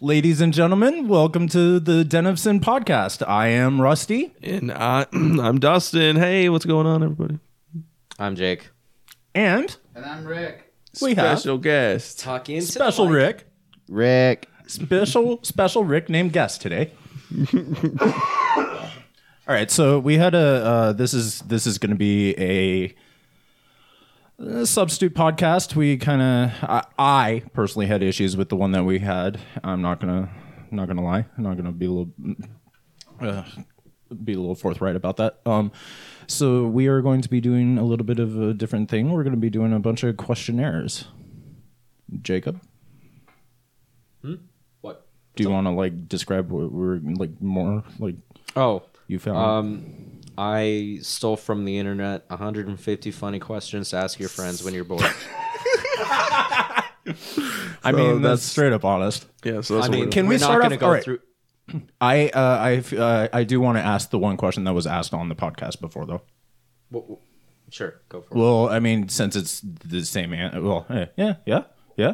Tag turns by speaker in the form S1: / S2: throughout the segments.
S1: Ladies and gentlemen, welcome to the Den of Sin podcast. I am Rusty.
S2: And I, I'm Dustin. Hey, what's going on, everybody?
S3: I'm Jake.
S1: And
S4: And I'm Rick.
S1: we have
S2: Special guest.
S3: Talk into
S1: special Rick,
S3: Rick.
S1: special, special Rick named guest today. All right, so we had a uh, this is this is going to be a, a substitute podcast. We kind of I, I personally had issues with the one that we had. I'm not gonna not gonna lie. I'm not gonna be a little uh, be a little forthright about that. Um, so we are going to be doing a little bit of a different thing. We're going to be doing a bunch of questionnaires. Jacob,
S3: What?
S1: do you want to like describe what we're like more like
S3: Oh,
S1: you found?
S3: um, I stole from the internet 150 funny questions to ask your friends when you're bored.
S1: I
S2: so
S1: mean, that's
S2: that's-
S1: straight up honest.
S2: Yeah, so that's what
S3: I mean,
S2: we're-
S1: can we
S3: we're
S1: start
S3: not
S1: off-
S3: gonna go
S1: all right.
S3: through?
S1: I uh, I f- uh, I do want to ask the one question that was asked on the podcast before, though.
S3: Well, well, sure, go for it.
S1: Well, I mean, since it's the same, an- well, eh, yeah, yeah, yeah,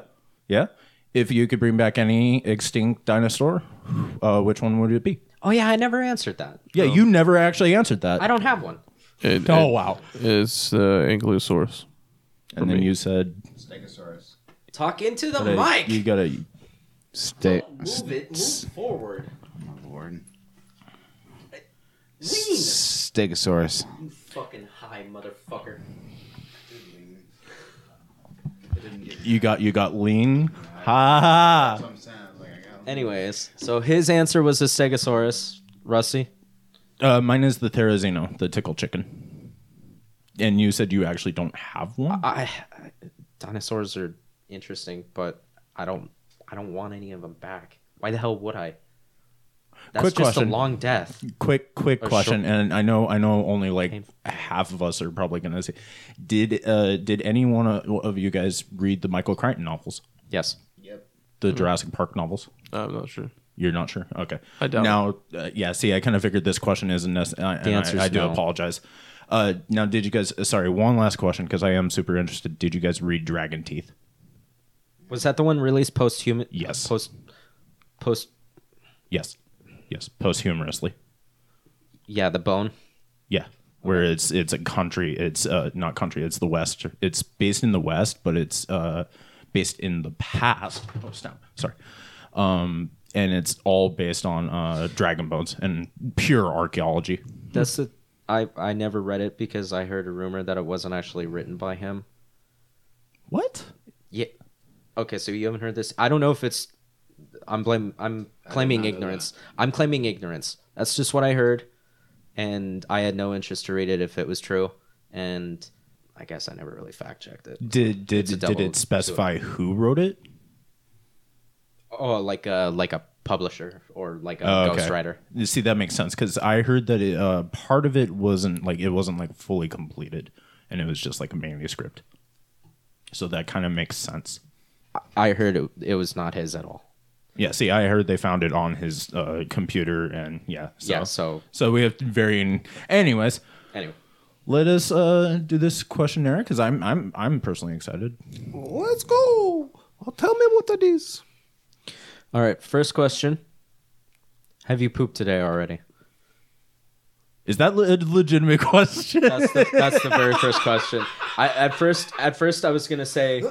S1: yeah. If you could bring back any extinct dinosaur, uh, which one would it be?
S3: Oh yeah, I never answered that.
S1: Yeah, you never actually answered that.
S3: I don't have one.
S2: It-
S1: oh
S2: it-
S1: wow!
S2: It's uh, Ankylosaurus.
S1: And then you said,
S4: Stegosaurus.
S3: Talk into the
S1: that
S3: mic.
S1: you gotta.
S4: Stay.
S3: move it. Move forward.
S4: Oh, Lord.
S3: Lean.
S4: Stegosaurus.
S3: You fucking high motherfucker.
S1: You got you got lean. Ha ha.
S4: I'm saying, like, I
S3: Anyways, so his answer was a Stegosaurus. Rusty.
S1: Uh, mine is the Therizino, the tickle chicken. And you said you actually don't have one.
S3: I, I dinosaurs are interesting, but I don't I don't want any of them back. Why the hell would I? That's
S1: Quick
S3: just
S1: question.
S3: a long death.
S1: quick quick
S3: Or
S1: question and i know i know only like
S3: uh, Painful.
S1: half of us are probably gonna say did uh did any one o- of you guys read the michael crichton novels
S3: Yes.
S4: Yep.
S1: the
S3: Mm-hmm.
S1: jurassic park novels
S2: I'm not sure.
S1: you're not sure okay
S2: I doubt
S1: now uh, yeah see i kind of figured this question isn't necessary
S3: The answer's
S1: I, I do
S3: no.
S1: apologize uh now did you guys uh, sorry one last question because i am super interested did you guys read dragon teeth
S3: Was that the one released post human?
S1: Yes.
S3: Post post
S1: yes yes posthumously
S3: yeah, the bone.
S1: Yeah, where it's it's a country. It's uh, not country. It's the West. It's based in the West, but it's uh, based in the past. Oh, snap. Sorry. Um, and it's all based on uh, dragon bones and pure archaeology.
S3: That's the I I never read it because I heard a rumor that it wasn't actually written by him.
S1: What?
S3: Yeah. Okay, so you haven't heard this. I don't know if it's. I'm blame. I'm claiming
S4: not know
S3: ignorance. I'm claiming ignorance. That's just what I heard, and I had no interest to read it if it was true. And I guess I never really fact checked it.
S1: Did did
S3: It's a
S1: did
S3: double-
S1: it specify who wrote it?
S3: Oh, like a like a publisher or like a
S1: Oh, okay.
S3: ghostwriter.
S1: You see, that makes sense because I heard that it, uh, part of it wasn't like it wasn't like fully completed, and it was just like a manuscript. So that kind of makes sense.
S3: I heard it, it was not his at all.
S1: Yeah, see, I heard they found it on his uh, computer, and yeah, so,
S3: Yeah. So
S1: so we have varying. Anyways,
S3: anyway,
S1: let us uh, do this questionnaire because I'm I'm I'm personally excited.
S2: Let's go. Well, tell me what that is.
S3: all right. First question: Have you pooped today already?
S1: Is that le- a legitimate question?
S3: That's the, that's the very first question. I at first at first I was gonna say.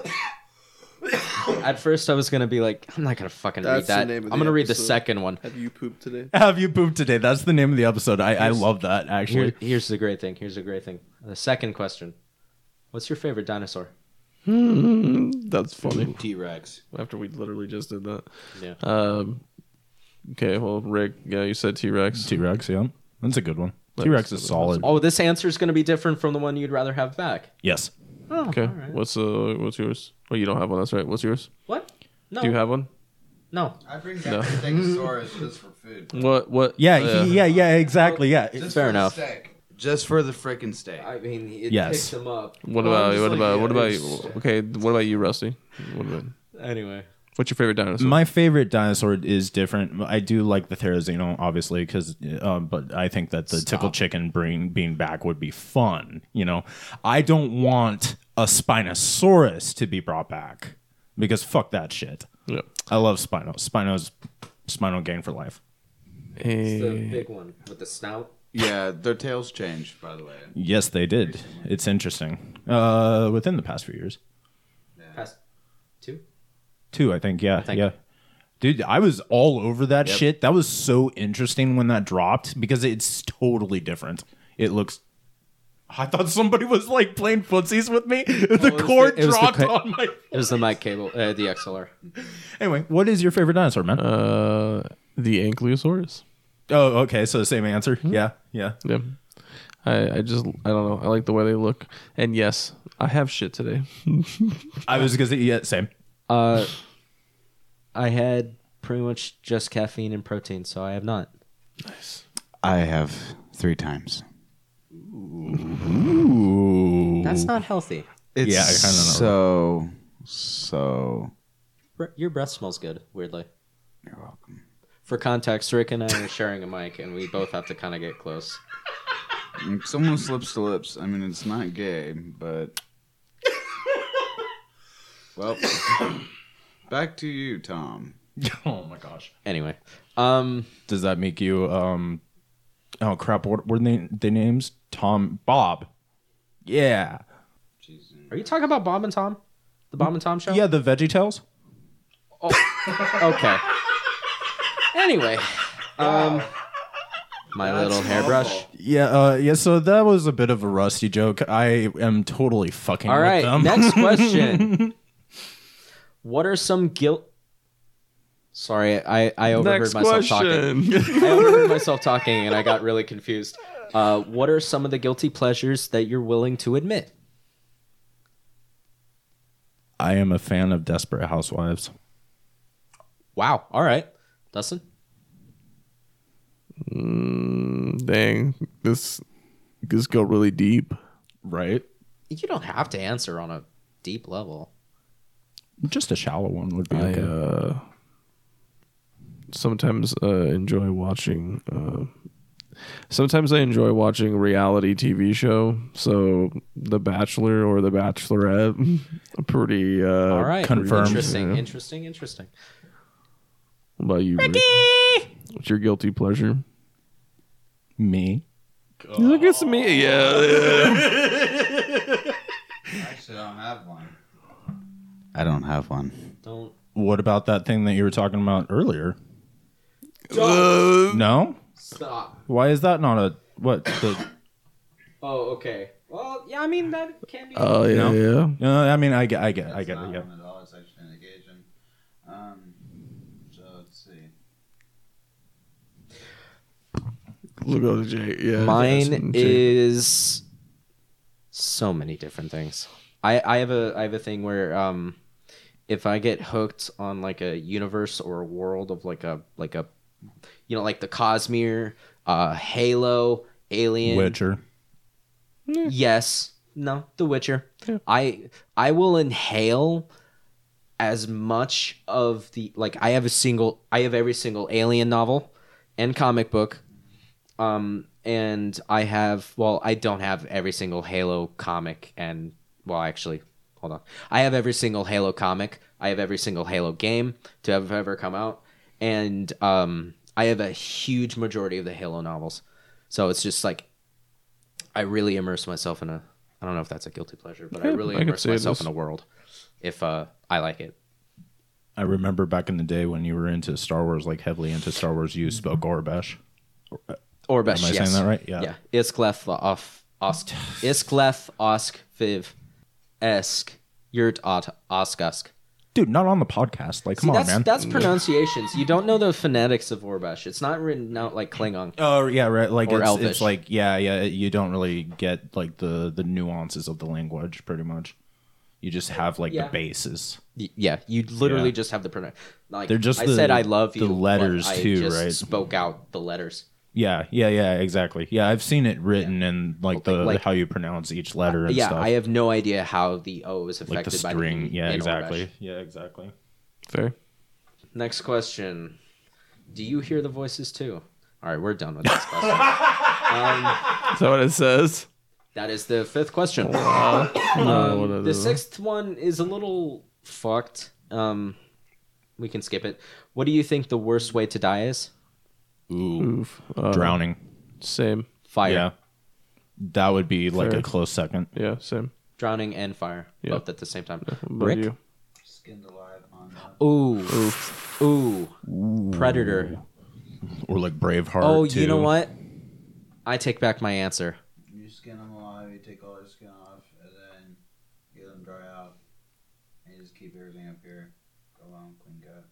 S3: At first I was gonna be like, I'm not gonna fucking
S2: That's the
S3: read that.
S2: name
S3: I'm
S2: of
S3: gonna
S2: the
S3: read the
S2: episode.
S3: second one.
S2: Have you pooped today?
S1: have you pooped today? That's the name of the episode. I, I love that actually.
S3: Here, here's the great thing. Here's the great thing. The second question: What's your favorite dinosaur?
S2: Uh, Hmm, That's funny.
S4: T Rex.
S2: After we literally just did that.
S3: Yeah.
S2: Um, okay, well, Rick, yeah, you said T Rex.
S1: T Rex, yeah, that's a good one. T Rex is solid.
S3: oh, this answer is gonna be different from the one you'd rather have back.
S1: Yes,
S3: Oh,
S2: Okay,
S3: all right.
S2: what's uh, what's yours? Oh, you don't have one. That's right. What's yours?
S3: What? No.
S2: Do you have one?
S3: no?
S4: I bring back
S2: No.
S4: the Stegosaurus just for food.
S2: What? What? uh,
S1: yeah, he- yeah, yeah, exactly, yeah.
S4: Just
S3: fair
S4: for
S3: enough.
S4: The steak. Just for the freaking steak.
S3: I mean, it
S1: Yes.
S3: picks him up.
S2: What
S4: Well, I'm
S2: about
S4: just
S2: what
S4: like,
S2: about
S4: yeah,
S2: what about
S4: it's-
S2: you? Okay, what about you, Rusty? What about,
S3: Anyway,
S2: what's your favorite dinosaur?
S1: My favorite dinosaur is different. I do like the Therizino, obviously, because um, but I think that the tickle chicken bring, being back would be fun. You know, I don't want a Spinosaurus to be brought back because fuck that shit.
S2: yeah.
S1: I love Spino. Spino's Spino gang for life.
S3: It's the
S2: Hey,
S3: big one with the snout.
S4: Yeah, their tails change, by the way.
S1: Yes, they did. It's interesting. Uh, within the past few years,
S3: Past two.
S1: two, I think. Yeah,
S3: think.
S1: yeah. Dude, I was all over that
S4: Yep.
S1: shit. That was so interesting when that dropped because it's totally different. It looks. I thought somebody was like playing footsies with me. The
S3: the-
S1: cord
S3: it was the
S1: dropped
S3: cra-
S1: on my.
S3: It was the mic cable, uh, the XLR.
S1: Anyway, what is your favorite dinosaur, man?
S2: uh, the ankylosaurus.
S1: oh, okay. So the same answer. Yeah, yeah.
S2: Yeah,
S3: Mm-hmm.
S2: I, I just I don't know. I like the way they look. And yes, I have shit today.
S1: I was gonna say yeah, same.
S3: Uh, I had pretty much just caffeine and protein, so I have not.
S4: I have three times.
S1: Ooh.
S3: That's not healthy.
S4: It's
S1: Yeah, I kinda know.
S4: so so.
S3: Bre- Your breath smells good, weirdly.
S4: You're welcome.
S3: For context, Rick and I are sharing a mic, and we both have to kind of get close.
S4: It's almost lips to lips. I mean, it's not gay, but well, back to you, Tom.
S1: Oh my gosh.
S3: Anyway, um,
S1: Does that make you um? Oh crap! What were they? Their names? Tom, Bob. Yeah.
S3: are you talking about Bob and Tom? The Bob and Tom show?
S1: Yeah, the Veggie Tales.
S3: Okay. Anyway, um, my little hairbrush.
S1: Yeah, uh, yeah. So that was a bit of a rusty joke. I am totally fucking.
S3: All
S1: with
S3: right,
S1: them.
S3: next question. what are some guilt? Sorry, I I overheard myself talking. I overheard myself talking, and I got really confused. Uh, what are some of the guilty pleasures that you're willing to admit?
S1: I am a fan of Desperate Housewives.
S3: Wow. All right, Dustin.
S2: Mm, dang, this this go really deep.
S1: Right.
S3: You don't have to answer on a deep level.
S1: Just a shallow one would be
S2: I
S1: okay.
S2: uh, sometimes uh, enjoy watching. Uh, sometimes I enjoy watching reality TV show. So The Bachelor or The Bachelorette. Pretty. Uh,
S3: All right.
S1: confirmed.
S3: Interesting.
S2: Yeah.
S3: Interesting. Interesting.
S2: What about you? Rick? What's your guilty pleasure?
S1: Me.
S3: Oh.
S2: Look, it's me. Yeah.
S4: Actually, I don't have one. I don't have one.
S3: Don't.
S1: What about that thing that you were talking about earlier?
S2: Uh,
S1: No.
S3: Stop.
S1: Why is that not a what? The,
S3: Oh, okay. Well, yeah, I mean that can be.
S2: Oh yeah,
S1: No.
S2: yeah.
S1: no, I mean, I get, I get, I get it. Yeah.
S4: at all. It's actually an occasion. Um, so let's see.
S2: Look at the J. Yeah.
S3: Mine
S2: Jason, J.
S3: is so many different things. I I have a I have a thing where um if I get hooked on like a universe or a world of like a like a you know like the Cosmere, uh Halo, Alien,
S1: Witcher.
S3: Yes. No, The Witcher.
S2: Yeah.
S3: I I will inhale as much of the like I have a single I have every single alien novel and comic book. Um and I have well, I don't have every single Halo comic and well actually, hold on. I have every single Halo comic. I have every single Halo game to have ever come out. And um I have a huge majority of the Halo novels. So it's just like I really immerse myself in a. I don't know if that's a guilty pleasure, but I
S2: Yeah,
S3: really
S2: I could
S3: immerse
S2: say it
S3: myself
S2: is.
S3: in a world if uh, I like it.
S1: I remember back in the day when you were into Star Wars, like heavily into Star Wars, you spoke Orbesh.
S3: Or best.
S1: Am I
S3: yes.
S1: saying that right? Yeah.
S3: Yeah. Isklef off osk. Isklef osk viv, esk yurt ot oskask.
S1: Dude, not on the podcast. Like, come
S3: See,
S1: on,
S3: that's
S1: man. Mm.
S3: that's pronunciations. You don't know the phonetics of Orbesh. It's not written out like Klingon.
S1: Oh yeah, right. Like
S3: Or
S1: it's,
S3: Elvish.
S1: it's like yeah, yeah. You don't really get like the the nuances of the language, pretty much. You just have like
S3: Yeah.
S1: the bases.
S3: Y- Yeah, you literally
S1: Yeah.
S3: just have the pronoun. Like
S1: They're just
S3: I
S1: the-
S3: said, I love
S1: the
S3: you. but
S1: letters
S3: I
S1: too,
S3: just
S1: right?
S3: Spoke out the letters.
S1: Yeah, yeah, yeah. Exactly. Yeah, I've seen it written in like the
S3: like-
S1: how you pronounce each letter and
S3: yeah,
S1: stuff.
S3: I have no idea how the O is affected
S1: like the
S3: by
S1: string.
S3: E
S1: yeah,
S3: in
S1: exactly.
S3: Orbesh.
S1: Yeah, exactly.
S2: fair.
S3: Next question. Do you hear the voices too? All right, we're done with this question.
S2: Is that what it says?
S3: that is the fifth question.
S2: No,
S3: Um,
S2: what it
S3: the
S2: is.
S3: sixth one is a little fucked. Um, we can skip it. What do you think the worst way to die is?
S1: Ooh,
S2: Oof. Uh,
S1: drowning.
S2: Same.
S3: Fire.
S1: Yeah, that would be like
S2: Fair.
S1: a close second.
S2: Yeah, same.
S3: Drowning and fire.
S2: Yeah.
S3: Both at the same time.
S2: What about
S3: Rick?
S2: you?
S4: Skinned alive on that.
S3: Ooh. Ooh. Predator.
S1: Or like Braveheart.
S3: Oh, you know
S1: too.
S3: what? I take back my answer.
S4: You skin them alive, you take all their skin off, and then you let them dry out, and you just keep everything up here. Go on, clean cut.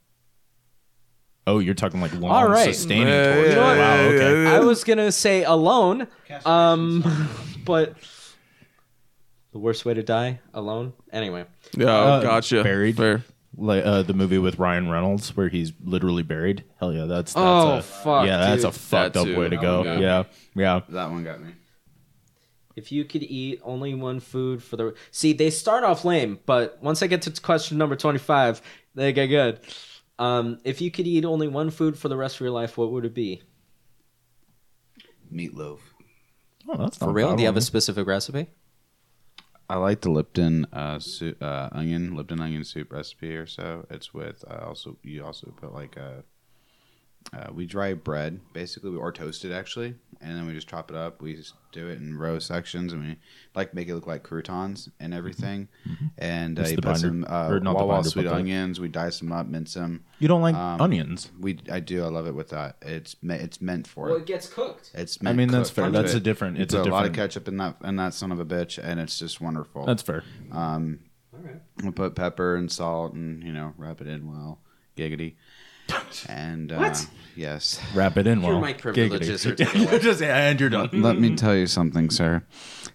S1: Oh, you're talking like long,
S3: All right.
S1: sustaining
S2: Yeah,
S1: torture.
S2: yeah,
S1: wow.
S2: yeah,
S1: Okay.
S3: I was gonna say alone,
S4: Castration
S3: um,
S4: sucks.
S3: but the worst way to die alone. Anyway,
S2: Yeah,
S1: Uh,
S2: gotcha.
S1: buried.
S2: Fair.
S1: Like uh, the movie with Ryan Reynolds where he's literally buried. Hell yeah, that's that's
S3: oh
S1: a,
S3: fuck,
S1: yeah, that's
S3: dude. Oh,
S1: a fucked
S2: That
S1: up
S2: too.
S1: way to
S4: That
S1: go.
S4: one got
S1: Yeah, yeah.
S4: That one got me.
S3: If you could eat only one food for the see, they start off lame, but once I get to question number twenty-five, they get good. Um, if you could eat only one food for the rest of your life, what would it be?
S4: Meatloaf.
S1: Oh, that's
S3: For
S1: not
S3: real?
S1: bad
S3: Do you have
S1: one.
S3: a specific recipe?
S4: I like the Lipton uh, soup, uh, onion Lipton onion soup recipe or so. It's with uh, also you also put like a uh, we dry bread basically or toast it actually, and then we just chop it up. We just do it in row sections, and we like make it look like croutons and everything. And
S1: Mm-hmm.
S4: uh,
S1: It's
S4: you
S1: the
S4: put
S1: binder-
S4: some uh,
S1: or not the
S4: Wawa
S1: binder,
S4: sweet
S1: but the-
S4: onions. We dice them up, mince them.
S1: You don't like
S4: Um,
S1: onions.
S4: We I do I love it with that. It's me- it's meant for it.
S3: gets cooked.
S4: It's
S1: I
S4: meant
S1: mean, that's
S4: cooked
S1: fair.
S4: onto
S1: That's
S4: it.
S1: a different.
S4: You
S1: It's a
S4: put
S1: different.
S4: lot of ketchup in that in that son of a bitch, and it's just wonderful.
S1: That's fair.
S4: um,
S3: All right.
S4: We'll put pepper and salt and, you know, wrap it in well. Giggity. And, uh,
S3: What?
S4: yes.
S1: Wrap it in
S3: Here
S1: well.
S3: my
S1: Giggity.
S3: privileges are taken away.
S1: Just and you're done.
S4: Let me tell you something, sir.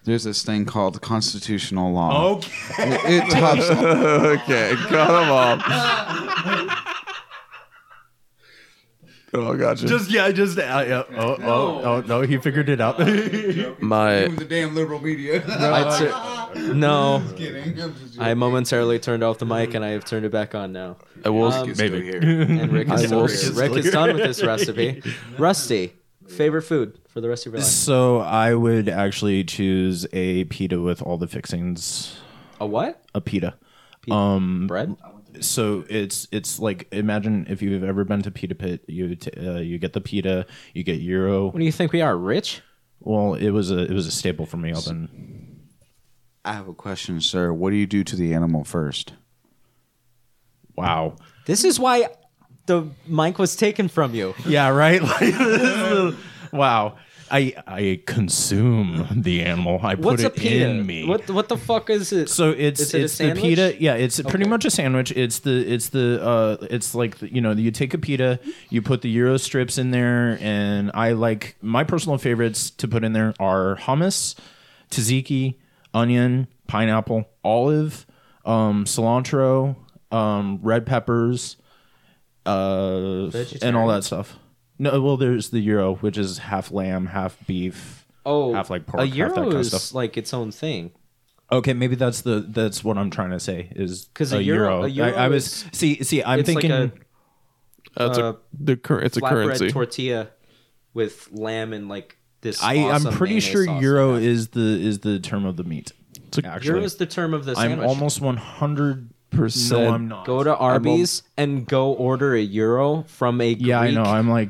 S4: There's this thing called constitutional law.
S1: Okay.
S4: It, it tops
S2: okay, cut him off. oh, gotcha.
S1: Just yeah. Just uh, yeah. Oh, oh oh no. He figured it out.
S2: my
S4: the damn liberal media.
S3: I'd say, no,
S4: kidding.
S3: I momentarily turned off the mic and I have turned it back on now.
S2: I will
S3: Um,
S1: Maybe.
S3: And Rick is,
S2: I
S3: done,
S2: will-
S3: with- Rick is done with this recipe. Rusty, favorite food for the rest of your life?
S1: So I would actually choose a pita with all the fixings.
S3: A what?
S1: A pita.
S3: Bread?
S1: so it's it's like imagine if you've ever been to Pita Pit, you t- uh, you get the pita, you get
S3: What
S1: euro.
S3: do you think we are? Rich?
S1: Well, it was a it was a staple for me up in
S4: I have a question, sir. What do you do to the animal first?
S1: wow.
S3: This is why the mic was taken from you.
S1: Yeah, right. Like, this is- wow. I I consume the animal. I put
S3: What's a
S1: it
S3: pita?
S1: in me.
S3: What what the fuck is it?
S1: so it's
S3: Is it a
S1: it's the
S3: sandwich?
S1: pita. Yeah, it's pretty
S3: Okay.
S1: much a sandwich. It's the it's the uh it's like the- you know you take a pita, you put the euro strips in there, and I like my personal favorites to put in there are hummus, tzatziki, onion, pineapple, olive, um, cilantro, um, red peppers, uh, and all
S3: Vegetarian?
S1: that stuff. No, well, there's the euro, which is half lamb, half beef,
S3: oh,
S1: half like pork,
S3: a
S1: half
S3: euro
S1: that kind of
S3: is
S1: stuff.
S3: like its own thing.
S1: Okay, maybe that's the that's what I'm trying to say is
S3: 'Cause a euro- a euro
S1: I, I was
S3: is-
S1: see see I'm
S3: it's like
S1: thinking
S3: a
S2: That's
S3: Uh,
S2: a the cur- it's a currency.
S3: Flatbread tortilla with lamb and like this.
S1: I
S3: awesome
S1: I'm pretty
S3: mayonnaise
S1: sure
S3: sauce.
S1: euro is the is the term of the meat.
S2: It's a-
S1: Actually,
S3: Euro is the term of the
S1: I'm
S3: sandwich.
S1: almost 100.
S2: Percent.
S1: No, I'm not.
S3: Go to Arby's and go order a euro from a Greek.
S1: yeah, I know. I'm like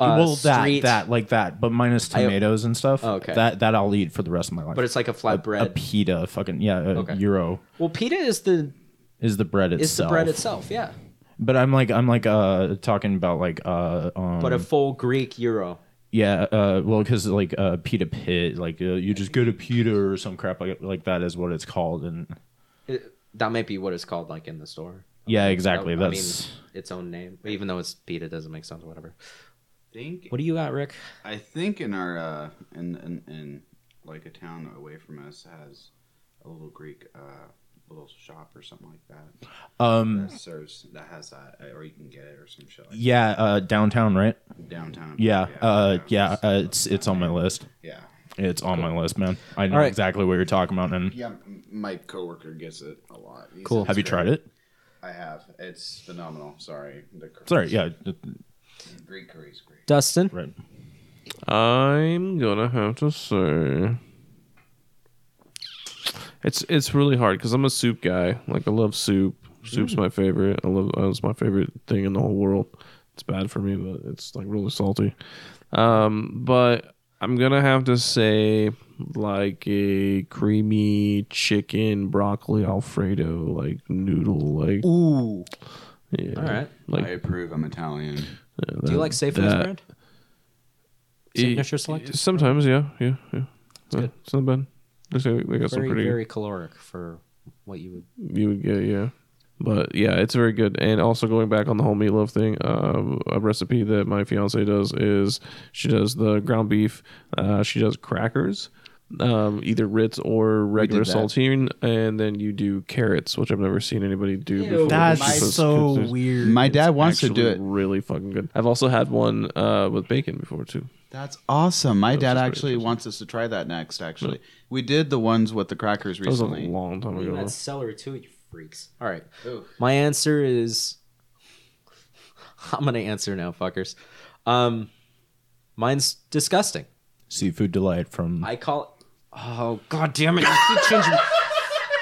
S3: uh,
S1: well that
S3: street- Oh,
S1: that like that, but minus tomatoes and stuff.
S3: Okay.
S1: that that I'll eat for the rest of my life.
S3: but it's like a flat
S1: a
S3: bread.
S1: pita, fucking yeah, a
S3: Okay.
S1: euro
S3: well, pita is the
S1: is the bread itself.
S3: is the bread itself, yeah.
S1: But I'm like I'm like uh talking about like uh um
S3: But a full Greek euro.
S1: Yeah, uh, well, because like uh, pita pit, like uh, you just go to pita or some crap like like that is what it's called, and
S3: It- that might be what it's called, like in the store.
S1: yeah, exactly.
S3: I- I
S1: That's
S3: mean, its own name, even though it's pita, it doesn't make sense. Whatever.
S4: Think,
S3: What do you got, Rick?
S4: I think in our, uh, in, in, in, like a town away from us has a little Greek, uh, little shop or something like that.
S1: um,
S4: that serves that has that, uh, or you can get it or some shit like
S1: yeah, uh, downtown, right?
S4: downtown.
S1: Yeah, uh, yeah,
S4: it's-
S1: uh, it's it's on my list.
S4: yeah.
S1: It's on my list, man. I know
S3: All right.
S1: exactly what you're talking about, and
S4: Yeah, m- my coworker gets it a lot. He
S3: Cool.
S4: says
S1: have you
S4: it's
S1: tried
S4: great.
S1: it?
S4: I have. It's phenomenal. Sorry, the curry-
S1: Sorry, yeah,
S4: Greek curry is great.
S3: Dustin,
S1: right.
S2: I'm gonna have to say it's it's really hard because I'm a soup guy. Like I love soup. Soup's
S3: Mm.
S2: my favorite. I love. It's my favorite thing in the whole world. It's bad for me, but it's like really salty. Um, but I'm gonna have to say like a creamy chicken broccoli alfredo, like noodle, like
S3: Ooh.
S2: yeah,
S3: All right.
S2: like
S4: I approve. I'm Italian.
S2: yeah,
S3: Do you like Safe House
S2: that-
S3: brand?
S2: E-
S3: Signature Select?
S2: Sometimes, yeah, yeah, yeah. It's,
S3: good.
S2: it's not bad. Looks like they got some
S3: Very,
S2: pretty
S3: very caloric for what you would.
S2: you would get yeah but yeah it's very good and also going back on the whole meatloaf thing um, a recipe that my fiance does is she does the ground beef uh, she does crackers um, either ritz or regular
S4: that.
S2: saltine and then you do carrots which i've never seen anybody do before
S1: That's
S2: which is-
S1: so
S2: it's
S1: weird.
S4: My dad wants to do
S2: actually
S4: it.
S2: really fucking good i've also had one uh, with bacon before too
S4: That's awesome. My
S2: is
S4: dad
S2: very
S4: actually wants us to try that next. Actually, we did the ones with the crackers
S2: that was a
S4: recently.
S2: long time
S3: You
S2: ago
S3: add celery to it, you freaks. All right.
S4: Ooh.
S3: My answer is I'm going to answer now, fuckers. Um, mine's disgusting.
S1: Seafood delight from
S3: I call. Oh god damn it! You keep changing.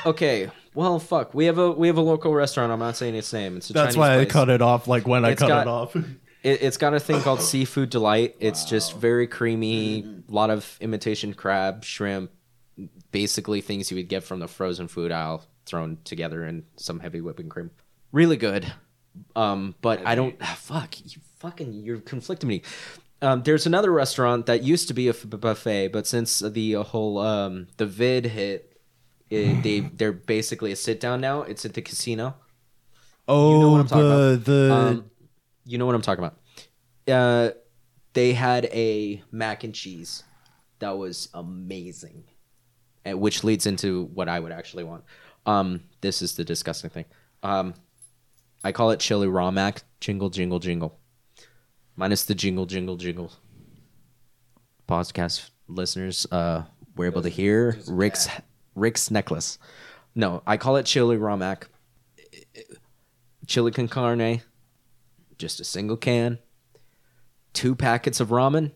S3: okay, well fuck. We have a we have a local restaurant. I'm not saying its name. It's a
S1: That's
S3: Chinese
S1: why
S3: place.
S1: I cut it off like when
S3: It's
S1: I cut
S3: got-
S1: it off.
S3: It, has got a thing called Seafood Delight. It's just very creamy, a lot of imitation crab, shrimp, basically things you would get from the frozen food aisle thrown together in some heavy whipping cream. Really good. Um, but I don't. Fuck, you fucking, you're conflicting me. Um, there's another restaurant that used to be a f- buffet, but since the whole um, the vid hit, it, they they're basically a sit down now. It's at the casino.
S1: Oh,
S3: You know what I'm talking
S1: the the
S3: Um, you know what I'm talking about. Uh, they had a mac and cheese that was amazing, and which leads into what I would actually want. Um, this is the disgusting thing. Um, I call it chili raw mac. Jingle, jingle, jingle. Minus the jingle, jingle, jingle. Podcast listeners uh, were able to hear Rick's Rick's necklace. No, I call it chili raw mac. Chili con carne, just a single can, two packets of ramen,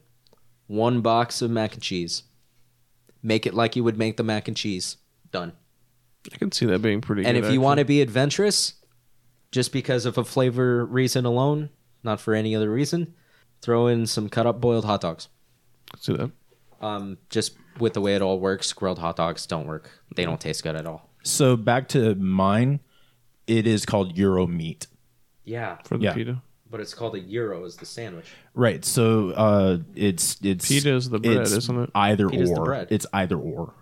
S3: one box of mac and cheese. Make it like you would make the mac and cheese. Done.
S2: i can see that being pretty
S3: and
S2: good
S3: if you want
S2: actually.
S3: to be adventurous, just because of a flavor reason alone, not for any other reason, throw in some cut up boiled hot dogs.
S2: see that
S3: Um, just with the way it all works, grilled hot dogs don't work. They don't taste good at all.
S1: so back to mine. It is called Euro meat.
S3: Yeah,
S2: for the
S1: Yeah.
S2: pita
S3: but it's called a euro is the sandwich.
S1: Right. So uh it's it's
S2: Pita is the bread,
S1: it's
S2: isn't it?
S1: Either
S3: Pita's the
S1: or.
S3: bread.
S1: It's either or.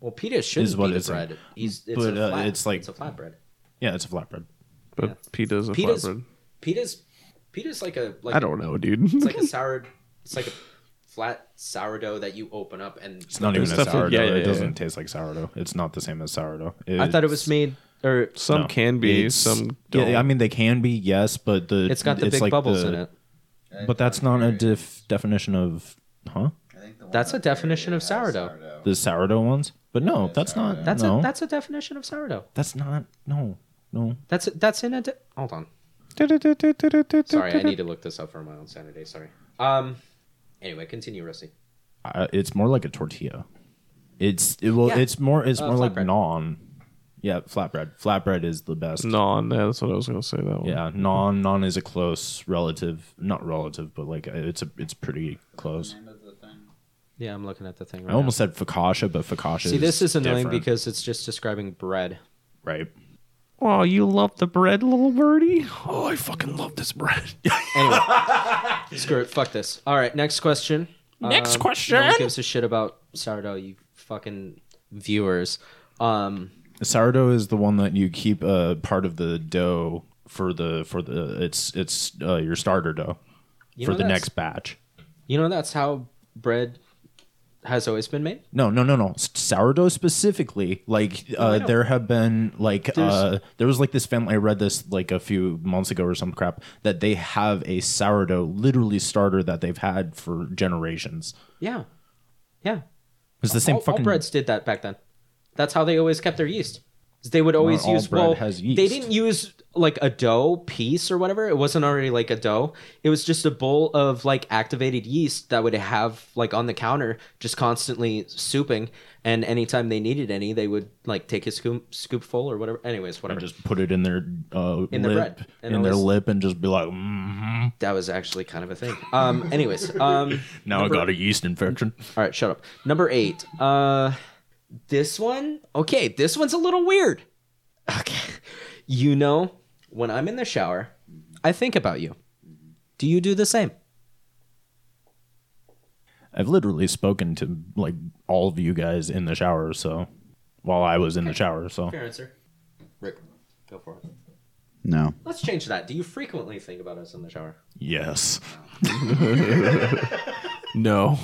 S3: Well, pita shouldn't
S1: Is what
S3: be the
S1: it's like.
S3: bread. He's- it's
S1: But,
S3: a
S1: uh,
S3: flat-
S1: it's like-
S3: it's a flatbread.
S1: Yeah, it's a flatbread.
S2: but
S3: Yeah.
S2: pita is a
S3: Pita's-
S2: flatbread
S3: Pita's pita's like a like
S2: i don't know dude
S3: it's like a sour it's like a flat sourdough that you open up and
S1: It's not even
S2: There's
S1: a
S2: stuff like-
S1: sourdough.
S2: yeah, yeah,
S1: it
S2: yeah,
S1: doesn't
S2: yeah.
S1: taste like sourdough. It's not the same as sourdough.
S3: I thought it was made or
S2: Some
S1: no.
S2: can be,
S1: It's-
S2: some
S1: yeah,
S2: don't.
S1: I mean they can be, yes, but the
S3: it's got the big
S1: like
S3: bubbles
S1: the-
S3: in it.
S1: But that's not a def- definition of huh?
S4: I think the one
S3: That's
S4: up
S3: a definition
S4: there
S3: of
S4: has
S3: sourdough.
S1: The sourdough ones? But no, that's not
S3: That's
S1: no,
S3: a that's a definition of sourdough.
S1: that's not no. No.
S3: That's a, that's in a de- hold on. Sorry, I need to look this up for my own sanity. Sorry. Um. Anyway, continue, Rusty.
S1: Uh, it's more like a tortilla. It's it will.
S3: Yeah.
S1: It's more. It's
S3: Uh,
S1: more like
S3: flatbread.
S1: non. Yeah, flatbread. Flatbread is the best.
S2: Non, yeah, that's what I was gonna say. That one.
S1: Yeah, non non is a close relative. Not relative, but like it's a it's pretty close.
S3: Yeah, I'm looking at the thing. Right
S1: I almost said focaccia, but focaccia.
S3: now. see this is annoying
S1: different,
S3: because it's just describing bread.
S1: right.
S2: Oh, you love the bread, little birdie. Oh, I fucking love this bread.
S3: Anyway, screw it. Fuck this. All right, next question.
S2: Next
S3: Um,
S2: question.
S3: No one gives a shit about sourdough. You fucking viewers. Um,
S1: Sourdough is the one that you keep uh, part of the dough for the for the it's it's uh, your starter dough
S3: you
S1: for
S3: know
S1: the
S3: that's-
S1: next batch.
S3: You know that's how bread has always been made.
S1: No, no, no, no. S- Sourdough specifically, like
S3: I
S1: uh,
S3: know.
S1: there have been like
S3: There's-
S1: uh, there was like this family. I read this like a few months ago or some crap that they have a sourdough literally starter that they've had for generations.
S3: Yeah, yeah.
S1: It's the same
S3: all, all
S1: fucking
S3: breads did that back then. That's how they always kept their yeast. They would always
S1: all
S3: use
S1: bread
S3: well.
S1: has
S3: They
S1: yeast.
S3: didn't use like a dough piece or whatever. It wasn't already like a dough. It was just a bowl of like activated yeast that would have like on the counter, just constantly souping. And anytime they needed any, they would like take a scoop, scoop full or whatever. Anyways,
S1: Or
S3: whatever.
S1: just put it in their uh,
S3: In their
S1: lip,
S3: bread. And
S1: in their
S3: always-
S1: lip, and just be like, mm-hmm.
S3: that was actually kind of a thing. Um. Anyways. Um.
S1: now I got a yeast infection.
S3: All right. Shut up. Number eight. Uh, this one. Okay. This one's a little weird. Okay. You know, when I'm in the shower, I think about you. Do you do the same?
S1: I've literally spoken to like all of you guys in the shower, so while I was in the shower, so
S3: Fair answer. Rick, go for it.
S4: No.
S3: Let's change that. Do you frequently think about us in the shower?
S1: yes.
S2: No.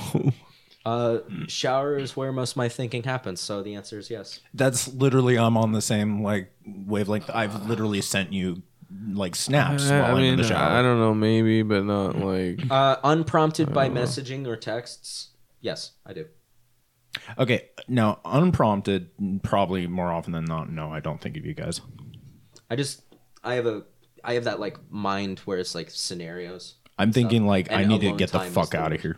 S3: Uh, shower is where most of my thinking happens, so the answer is yes.
S1: That's literally I'm on the same like wavelength. I've literally sent you like snaps
S2: Uh, I,
S1: while
S2: I
S1: I'm in
S2: mean,
S1: the shower.
S2: I don't know, maybe, but not like.
S3: Uh, unprompted by messaging or texts? Yes, I do.
S1: Okay, now unprompted, probably more often than not. No, I don't think of you guys.
S3: I just, I have a, I have that like mind where it's like scenarios.
S1: I'm thinking like
S3: And
S1: I need to
S3: alone
S1: get the
S3: time is
S1: fuck
S3: the
S1: out of
S3: worst.
S1: here.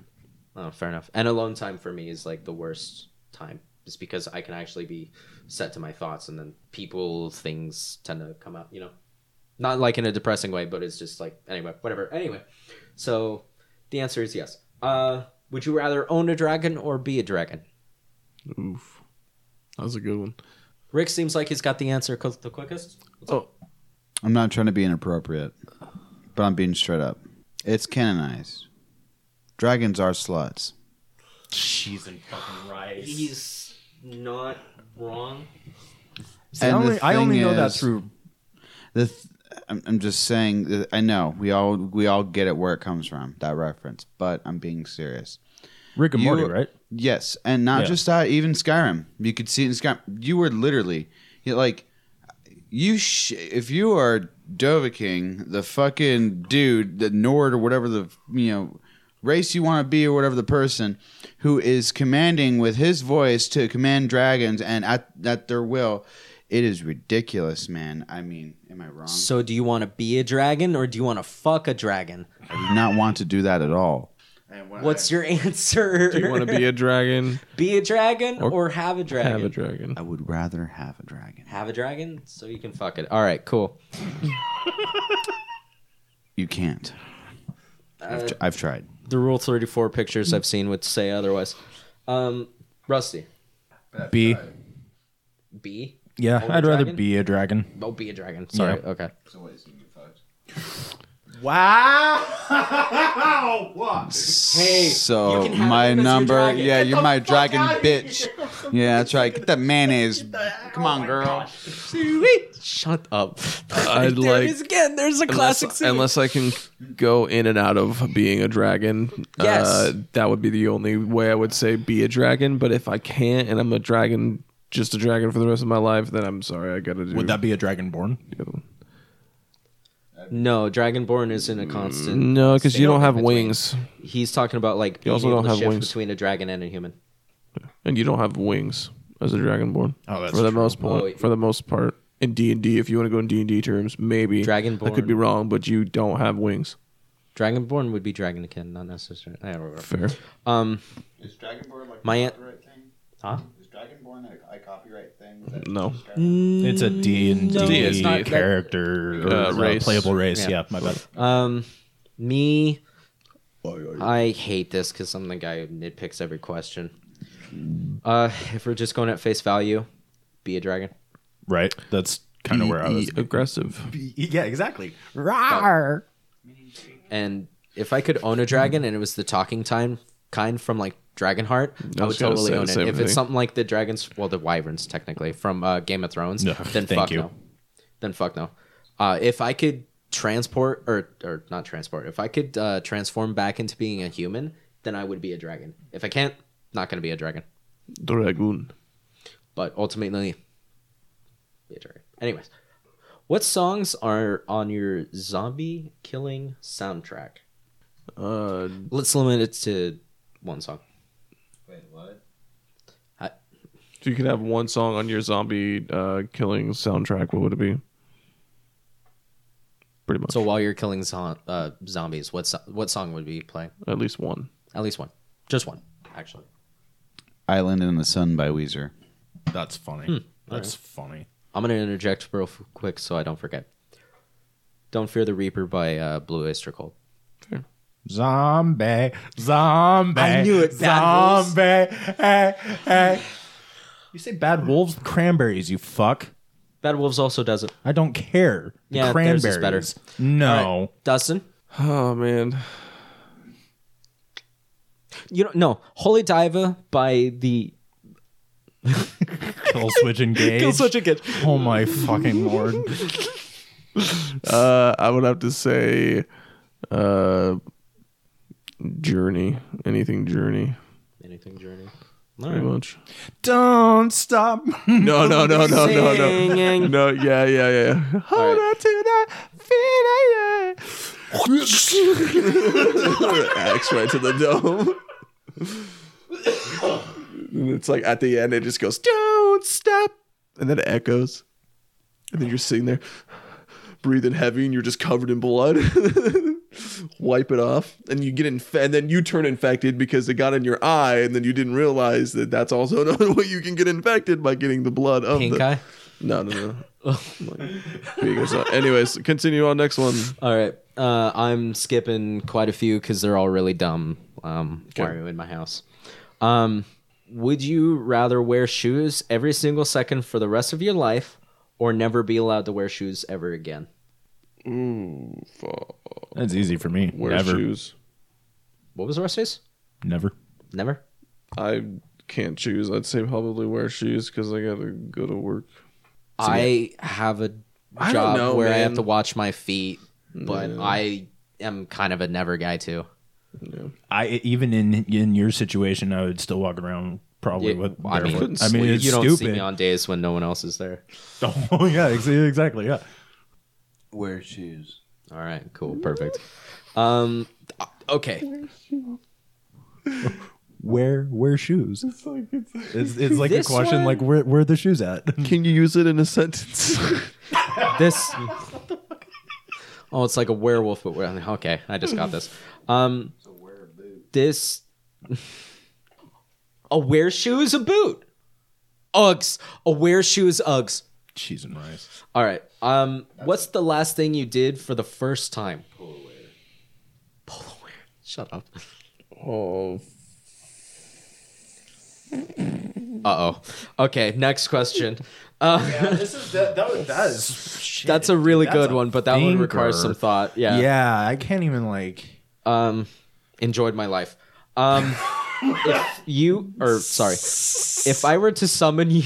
S3: Oh, fair enough. And alone time for me is like the worst time, just because I can actually be set to my thoughts, and then people, things tend to come out. You know, not like in a depressing way, but it's just like anyway, whatever. Anyway, so the answer is yes. Uh, would you rather own a dragon or be a dragon?
S2: Oof. That was a good one.
S3: Rick seems like he's got the answer co- the quickest.
S4: I'm not trying to be inappropriate, but I'm being straight up. It's canonized. Dragons are sluts.
S1: She's in fucking rice.
S3: He's not wrong.
S1: I
S4: And the
S1: only, I only
S4: thing
S1: know that
S4: is-
S1: through.
S4: The th- I'm, I'm just saying. that- I know we all we all get it where it comes from that reference, but I'm being serious.
S1: Rick and
S4: You-
S1: Morty, right?
S4: Yes, and not
S1: Yeah.
S4: just that. Even Skyrim, you could see it in Skyrim. You were literally you know, like, you sh- if you are Dovahking, the fucking dude, the Nord or whatever the you know race you want to be or whatever the person who is commanding with his voice to command dragons and at at their will, it is ridiculous, man. I mean, am I wrong?
S3: So, do you want to be a dragon or do you want to fuck a dragon?
S4: I do not want to do that at all. And when
S3: What's your answer?
S2: Do you want to be a dragon?
S3: be a dragon or,
S2: Or
S3: have a dragon?
S2: Have a dragon.
S4: I would rather have a dragon.
S3: Have a dragon so you can fuck it. All right, cool.
S4: You can't.
S3: Uh,
S4: I've, tr- I've tried.
S3: The Rule 34 pictures I've seen would say otherwise. Um, Rusty,
S1: B.
S3: be?
S1: Yeah,
S3: Own a
S1: I'd rather
S3: dragon?
S1: be a dragon.
S3: Oh, be a dragon. Sorry.
S1: Yeah.
S3: Okay.
S1: Wow!
S3: Hey,
S4: so
S3: you can have
S4: my
S3: him as your
S4: number,
S3: dragon.
S4: yeah,
S1: Get
S4: you're
S1: the
S4: my
S1: fuck
S4: dragon
S1: outta
S4: bitch. Yeah, that's right. Get that mayonnaise. Come on, girl.
S3: Shut up.
S2: I'd
S3: there
S2: like-
S3: it is again. There's a classic
S2: Unless,
S3: scene.
S2: unless I can go in and out of being a dragon, uh,
S3: Yes.
S2: that would be the only way I would say be a dragon. But if I can't and I'm a dragon, just a dragon for the rest of my life, then I'm sorry, I gotta do.
S1: Would that be a dragonborn?
S3: No, Dragonborn isn't a constant.
S2: Mm, no, because you
S3: They
S2: don't have
S3: between.
S2: wings,
S3: He's talking about like being
S2: also
S3: able
S2: don't
S3: to
S2: have
S3: shift
S2: wings.
S3: between a dragon and a human.
S2: and you don't have wings as a dragonborn.
S1: Oh, that's
S2: for the
S1: true.
S2: most part.
S3: Oh, yeah.
S2: for the most part, in D and D, if you want to go in D and D terms, maybe I
S3: Dragonborn.
S2: could be wrong, but you don't have wings.
S3: Dragonborn would be dragonkin, not necessarily. I don't know.
S2: Fair.
S3: Um,
S4: Is Dragonborn like
S3: My aunt-
S4: copyright thing?
S3: huh?
S4: Is Dragonborn a, copyright thing?
S2: No.
S1: It's a D and
S2: it's
S1: D
S2: not-
S1: character or
S2: Uh,
S1: uh,
S2: race.
S1: playable race.
S3: Yeah.
S1: Yeah, my bad.
S3: Um, me, I hate this because I'm the guy who nitpicks every question. Uh, if we're just going at face value, be a dragon.
S1: Right, that's kind
S2: E
S1: of where I was.
S2: aggressive.
S1: Yeah, exactly.
S3: And if I could own a dragon and it was the talking time kind from like Dragonheart,
S2: I
S3: I, would
S2: was gonna
S3: totally
S2: say the
S3: own it.
S2: same
S3: If
S2: thing.
S3: it's something like the dragons, well, the wyverns technically from uh, Game of Thrones,
S1: No,
S3: then
S1: thank
S3: fuck
S1: you.
S3: no. Then fuck no. Uh, if I could transport or or not transport, if I could uh, transform back into being a human, then I would be a dragon. If I can't, not gonna be a dragon.
S2: Dragoon.
S3: but ultimately be a dragon. Anyways, what songs are on your zombie killing soundtrack?
S2: Uh,
S3: Let's limit it to one song.
S4: Wait, what?
S2: If you could have one song on your zombie uh, killing soundtrack, what would it be? pretty much.
S3: So while you're killing zo- uh, zombies, what so- what song would be playing?
S2: At least one.
S3: At least one, just one, actually.
S4: Island in the Sun by Weezer.
S1: That's funny. That's funny.
S3: I'm gonna interject real f- quick so I don't forget. Don't fear the Reaper by uh, Blue Oyster Cult.
S1: Zombie, zombie.
S3: I knew it, bad wolves.
S1: Zombie. Hey, hey. You say bad wolves, cranberries. You fuck.
S3: Bad Wolves also does it.
S1: I don't care. The
S3: Yeah, theirs is
S1: cranberries.
S3: better. All
S1: No.
S3: right, Dustin.
S2: Oh man,
S3: You don't no Holy Diva by the
S1: Kill switch engage.
S3: Killswitch Engage.
S1: Oh my fucking lord.
S2: uh, I would have to say, uh, Journey. Anything Journey,
S3: Anything Journey.
S2: pretty much.
S1: don't stop.
S2: No, no, no, no, no, no,
S3: Singing.
S2: no. Yeah, yeah, yeah. Hold on to that feeling. Axe right to the dome. and it's like at the end, it just goes, "Don't stop," and then it echoes, and then you're sitting there, breathing heavy, and you're just covered in blood. Wipe it off, and you get inf- and then you turn infected because it got in your eye, and then you didn't realize that that's also another way you can get infected by getting the blood of
S3: Pink
S2: the-
S3: Eye.
S2: no, no, no. Like, being a zo- Anyways, continue on next one.
S3: All right. Uh, I'm skipping quite a few because they're all really dumb. Um, Why are you in my house? Um, would you rather wear shoes every single second for the rest of your life or never be allowed to wear shoes ever again?
S1: That's easy for me.
S2: Wear
S1: never,
S2: shoes.
S3: What was the rest of this?
S1: never.
S3: Never?
S2: I can't choose. I'd say probably wear shoes because I gotta go to work.
S3: I have a
S2: I don't
S3: job
S2: know,
S3: where I have
S2: man.
S3: to watch my feet, but I am kind of a never guy too.
S1: I even in in your situation, I would still walk around probably
S3: Yeah,
S1: with
S3: I mean,
S1: barefoot. I mean, it's
S3: you don't see
S1: stupid.
S3: me on days when no one else is there.
S1: oh yeah, ex- exactly. Yeah.
S4: Wear shoes.
S3: All right, cool, perfect. Um, okay,
S1: Wear wear shoes. It's like it's, it's, like a
S3: This
S1: question
S3: one-
S1: like where where are the shoes at?
S2: Can you use it in a sentence?
S3: this oh it's like a werewolf but were- okay i just got this um this a wear shoe is a boot uggs a wear shoe is uggs
S1: Cheese and rice.
S3: all right um what's the last thing you did for the first time polo wear shut up
S2: oh,
S3: uh-oh okay next question uh,
S1: Yeah, this is that, that, that is shit.
S3: that's a really
S1: That's
S3: good
S1: a
S3: one but that one requires
S1: thinker.
S3: some thought yeah
S1: yeah, I can't even like
S3: um enjoyed my life um if you or sorry if i were to summon you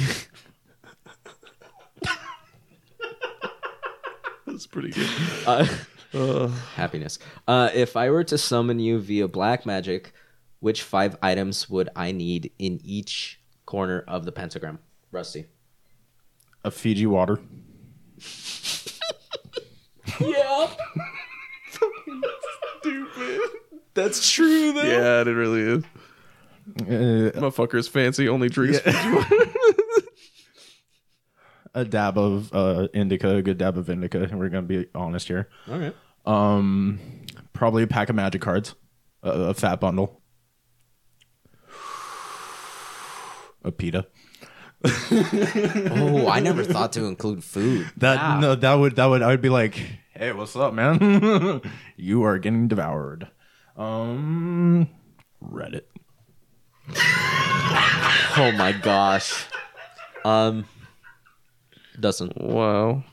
S2: that's pretty good.
S3: uh,
S2: Uh,
S3: happiness uh if i were to summon you via black magic which five items would i need in each corner of the pentagram rusty
S1: a Fiji water.
S3: yeah that's true though
S2: yeah, it really is.
S1: Uh,
S2: Motherfucker's fancy only drinks.
S1: a dab of uh, indica, a good dab of indica. We're gonna be honest here.
S3: all right
S1: Probably a pack of magic cards, a, a fat bundle, a pita.
S3: oh i never thought to include food
S1: That no, that would that would I would be like, hey, what's up, man? you are getting devoured. Um, Reddit.
S3: oh my gosh um dustin
S2: Wow.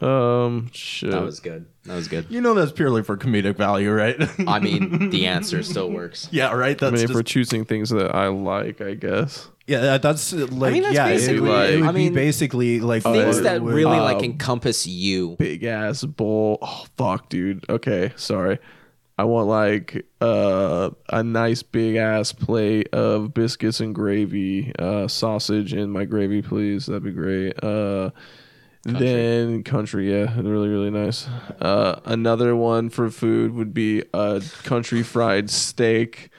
S2: Um. Shit.
S3: that was good that was good
S1: You know that's purely for comedic value, right?
S3: I mean, the answer still works.
S1: yeah, right.
S2: I
S1: That's
S2: mean, if we're
S1: just,
S2: choosing things that I like, I guess.
S1: yeah. that- That's uh, like
S3: mean, that's
S1: yeah. It,
S3: basically-
S1: would- it would
S3: I mean,
S1: be basically like
S3: Things
S1: what
S3: that
S1: would-
S3: really like encompass you.
S2: big ass bowl. Oh fuck, dude. Okay, sorry. I want like uh, a nice big ass plate of biscuits and gravy, uh, sausage in my gravy, please. That'd be great. Uh, Then country, yeah, really really nice. Uh, another one for food would be a country fried steak.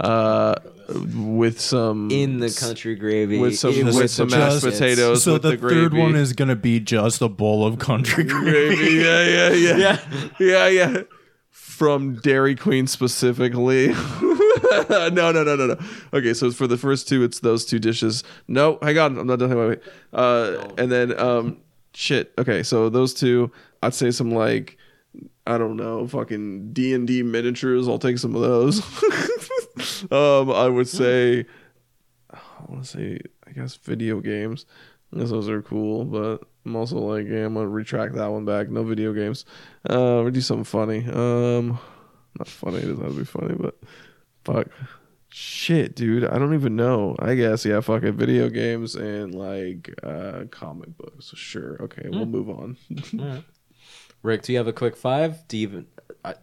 S2: uh, with some
S3: in the country gravy
S2: with some-
S3: It
S2: with
S3: was
S2: some mashed
S3: just-
S2: potatoes.
S1: So
S2: with
S1: the,
S2: the
S1: third
S2: gravy.
S1: one is gonna be just a bowl of country gravy.
S2: Gravy, yeah, yeah, yeah, yeah, yeah, yeah. From Dairy Queen specifically. no, no, no, no, no. Okay, so for the first two, it's those two dishes. No, hang on, I'm not done. Wait, wait. Uh, and then um, shit. Okay, so those two. I'd say some like, I don't know, fucking D and D miniatures. I'll take some of those. um, I would say, I want to say, I guess video games. I guess those are cool, but I'm also like, yeah, I'm gonna retract that one back. No video games. Uh, we do something funny. Um, not funny. It doesn't have to be funny, but fuck, shit, dude. I don't even know. I guess yeah, fucking video games and like uh, comic books. Sure, okay, we'll move on.
S3: Rick, do you have a quick five? Do you even, uh,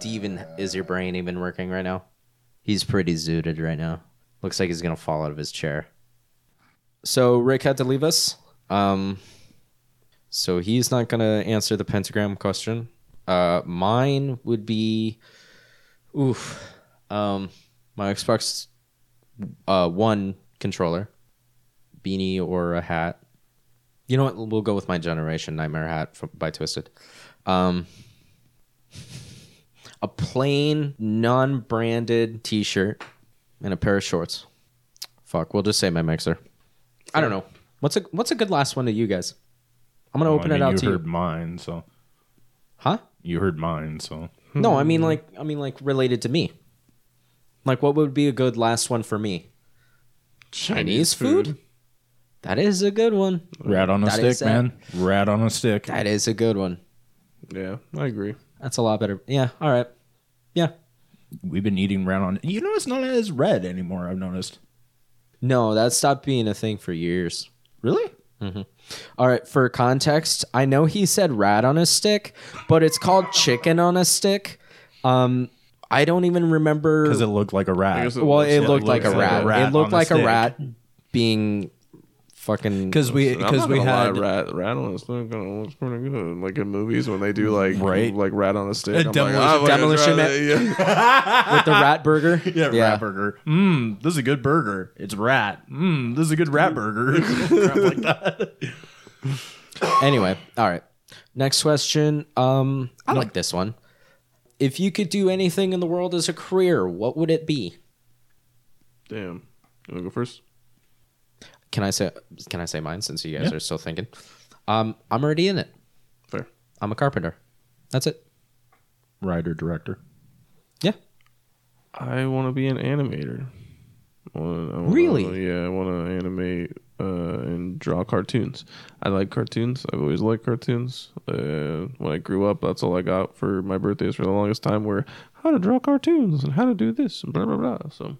S3: do you even is your brain even working right now? He's pretty zooted right now. Looks like he's gonna fall out of his chair. So Rick had to leave us. Um, so he's not gonna answer the pentagram question. Uh, mine would be, oof, um, my Xbox, uh, one controller, beanie or a hat. You know what? We'll go with my generation nightmare hat from, by Twisted. Um, a plain, non-branded T-shirt and a pair of shorts. Fuck, we'll just say my mixer. I don't know. What's a what's a good last one to you guys? I'm gonna
S1: Well,
S3: open
S1: Oh, I mean,
S3: it out
S1: you
S3: to
S1: heard
S3: you.
S1: mine, so
S3: Huh?
S1: you heard mine, so
S3: No, I
S1: Mm.
S3: mean like I mean like related to me. Like what would be a good last one for me? Chinese food? That is a good one.
S1: rat on a
S3: That is
S1: stick, man. Rat on a stick.
S3: That is a good one.
S2: Yeah, I agree.
S3: That's a lot better. Yeah, all right. Yeah.
S1: We've been eating rat on. You know, it's not as red anymore. I've noticed.
S3: No, that stopped being a thing for years. Mm-hmm.
S1: Really?
S3: All right, for context, I know he said rat on a stick, but it's called chicken on a stick. Um, I don't even remember.
S1: Because it looked like a rat.
S2: guess it-
S3: well, it
S2: yeah,
S3: looked like a
S1: looks like a
S3: rat.
S1: rat
S3: It looked
S1: on a
S3: like a
S1: stick.
S3: rat being fucking.
S1: Because we
S2: I'm not
S1: because we
S2: gonna
S1: had
S2: lie, rat rat on a stick kinda looks pretty good. Like in movies when they do like
S1: Mm, Right.
S2: like rat on a stick.
S1: Uh,
S2: I'm like,
S1: Demolition-
S2: ah, fuck, it's
S3: Demolition
S2: rat-
S3: Man.
S2: yeah.
S3: with the rat burger.
S1: yeah, rat burger. Mmm, this is a good burger. It's rat. Mmm, this is a good rat burger. Crap like that.
S3: anyway, all right. Next question. Um, I like this one. If you could do anything in the world as a career, what would it be?
S2: Damn. You wanna go first?
S3: Can I say Can I say mine since you guys are still thinking? Um, I'm already in it.
S2: Fair.
S3: I'm a carpenter. That's it.
S1: Writer director.
S3: Yeah.
S2: I want to be an animator. I wanna, I wanna-
S3: Really?
S2: Yeah, I want to animate uh, and draw cartoons. I like cartoons. I've always liked cartoons. Uh, when I grew up, that's all I got for my birthdays for the longest time were how to draw cartoons and how to do this and blah blah blah. So,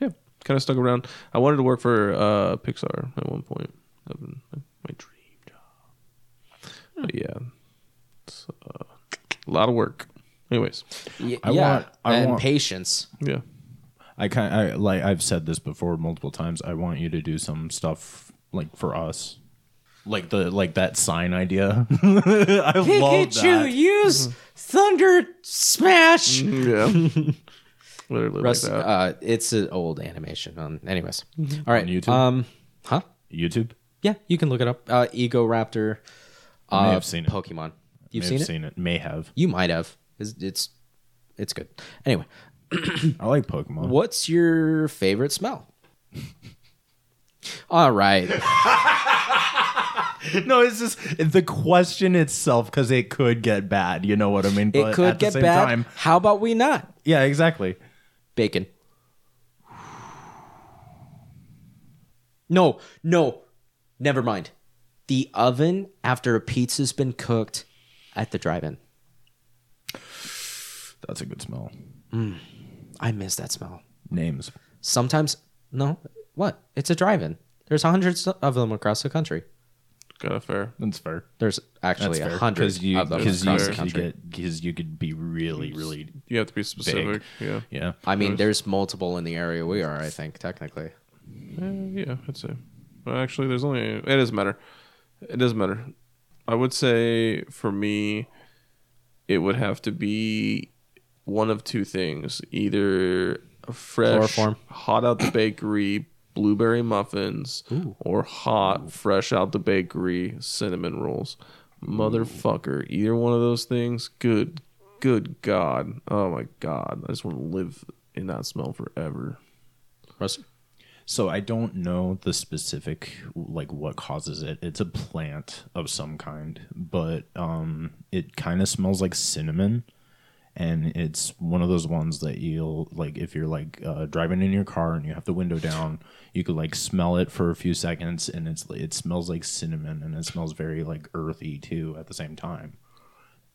S2: yeah, kind of stuck around. I wanted to work for uh, Pixar at one point. That was my dream job. But yeah, it's uh, a lot of work. Anyways,
S3: Y-
S1: I
S3: yeah.
S1: want- I
S3: and
S1: want-
S3: patience.
S2: yeah.
S1: I kind I like I've said this before multiple times. I want you to do some stuff like for us. Like the like that sign idea. I love that.
S3: use thunder smash.
S2: Yeah. Literally
S3: Russ,
S2: like that.
S3: uh, it's an old animation. On anyways, all right.
S1: Mm-hmm. On YouTube?
S3: Um, huh?
S1: YouTube.
S3: Yeah, you can look it up. Uh, Ego Raptor. Uh,
S1: I may have seen it.
S3: Pokemon. You've
S1: May
S3: seen
S1: have
S3: it?
S1: seen it. May have.
S3: You might have. It's, it's it's good. Anyway,
S1: I like Pokemon.
S3: what's your favorite smell? All right.
S1: No, it's just the question itself because it could get bad. You know what I mean?
S3: It could get bad. How about we not?
S1: yeah, exactly.
S3: Bacon. No, no. Never mind. The oven after a pizza's been cooked at the drive-in.
S1: That's a good smell.
S3: I miss that smell.
S1: Names.
S3: Sometimes no. What? It's a drive-in. There's hundreds of them across the country.
S2: Kind of fair.
S1: That's fair.
S3: There's actually a hundred
S1: Because you,
S3: of them
S1: cause you,
S3: across the
S1: could
S3: country.
S1: get, cause you could be really, really
S2: You have to be
S1: big.
S2: specific. Yeah.
S1: Yeah.
S3: I mean, there's multiple in the area we are. I think technically.
S2: Uh, yeah, I'd say. Well, actually, there's only. It doesn't matter. It doesn't matter. I would say for me, it would have to be one of two things: either fresh,
S3: Chloroform.
S2: hot out the bakery blueberry muffins or hot, fresh out the bakery cinnamon rolls. Motherfucker, either one of those things, good, good God. Oh my God. I just want to live in that smell forever.
S3: Rusty?
S1: So I don't know the specific like what causes it. It's a plant of some kind, but um it kind of smells like cinnamon and it's one of those ones that you'll like if you're like uh, driving in your car and you have the window down, you could like smell it for a few seconds and it's it smells like cinnamon and it smells very like earthy too at the same time.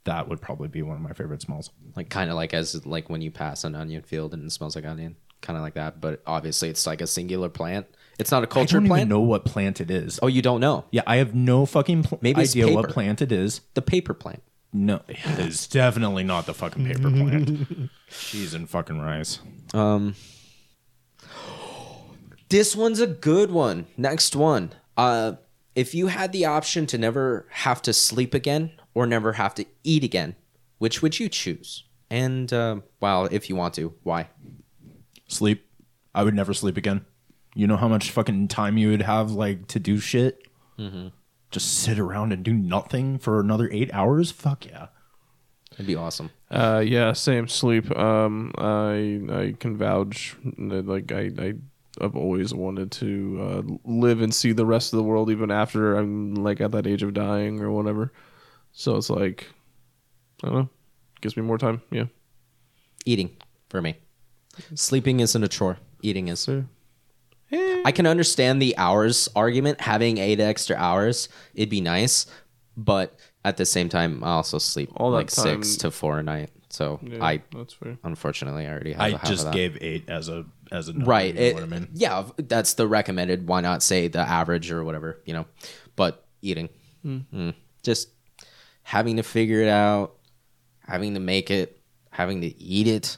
S1: That would probably be one of my favorite smells.
S3: like kind of like as like when you pass an onion field and it smells like onion, kind of like that. But obviously, it's like a singular plant. It's not a
S1: I
S3: culture
S1: don't
S3: plant.
S1: even know what plant it is.
S3: Oh, you don't know
S1: Yeah, I have no fucking pl-
S3: Maybe it's
S1: idea what
S3: paper.
S1: plant it is.
S3: the paper plant.
S1: No, it's definitely not the fucking paper plant. Cheese and fucking rice.
S3: Um, this one's a good one. Next one. Uh, if you had the option to never have to sleep again or never have to eat again, which would you choose? And uh, well, if you want to, why?
S1: Sleep. I would never sleep again. You know how much fucking time you would have like to do shit? Mm-hmm. Just sit around and do nothing for another eight hours? Fuck yeah.
S3: That'd be awesome.
S2: Uh, yeah, same sleep. Um, I I can vouch. that, Like I, I I've always wanted to uh, live and see the rest of the world, even after I'm like at that age of dying or whatever. So it's like, I don't know, gives me more time. Yeah,
S3: Eating for me. Sleeping isn't a chore. Eating is.
S2: so
S3: I can understand the hours argument. Having eight extra hours, it'd be nice, but at the same time, I also sleep
S2: All that
S3: like six
S2: time-
S3: to four a night. So
S2: yeah,
S3: I
S2: that's fair.
S3: unfortunately I already have. a
S1: I
S3: half of
S1: just
S3: that.
S1: gave eight as a as a number,
S3: right.
S1: You know
S3: it-
S1: what I mean?
S3: Yeah, that's the recommended. Why not say the average or whatever you know? But eating,
S1: Hmm.
S3: Mm. just having to figure it out, having to make it, having to eat it.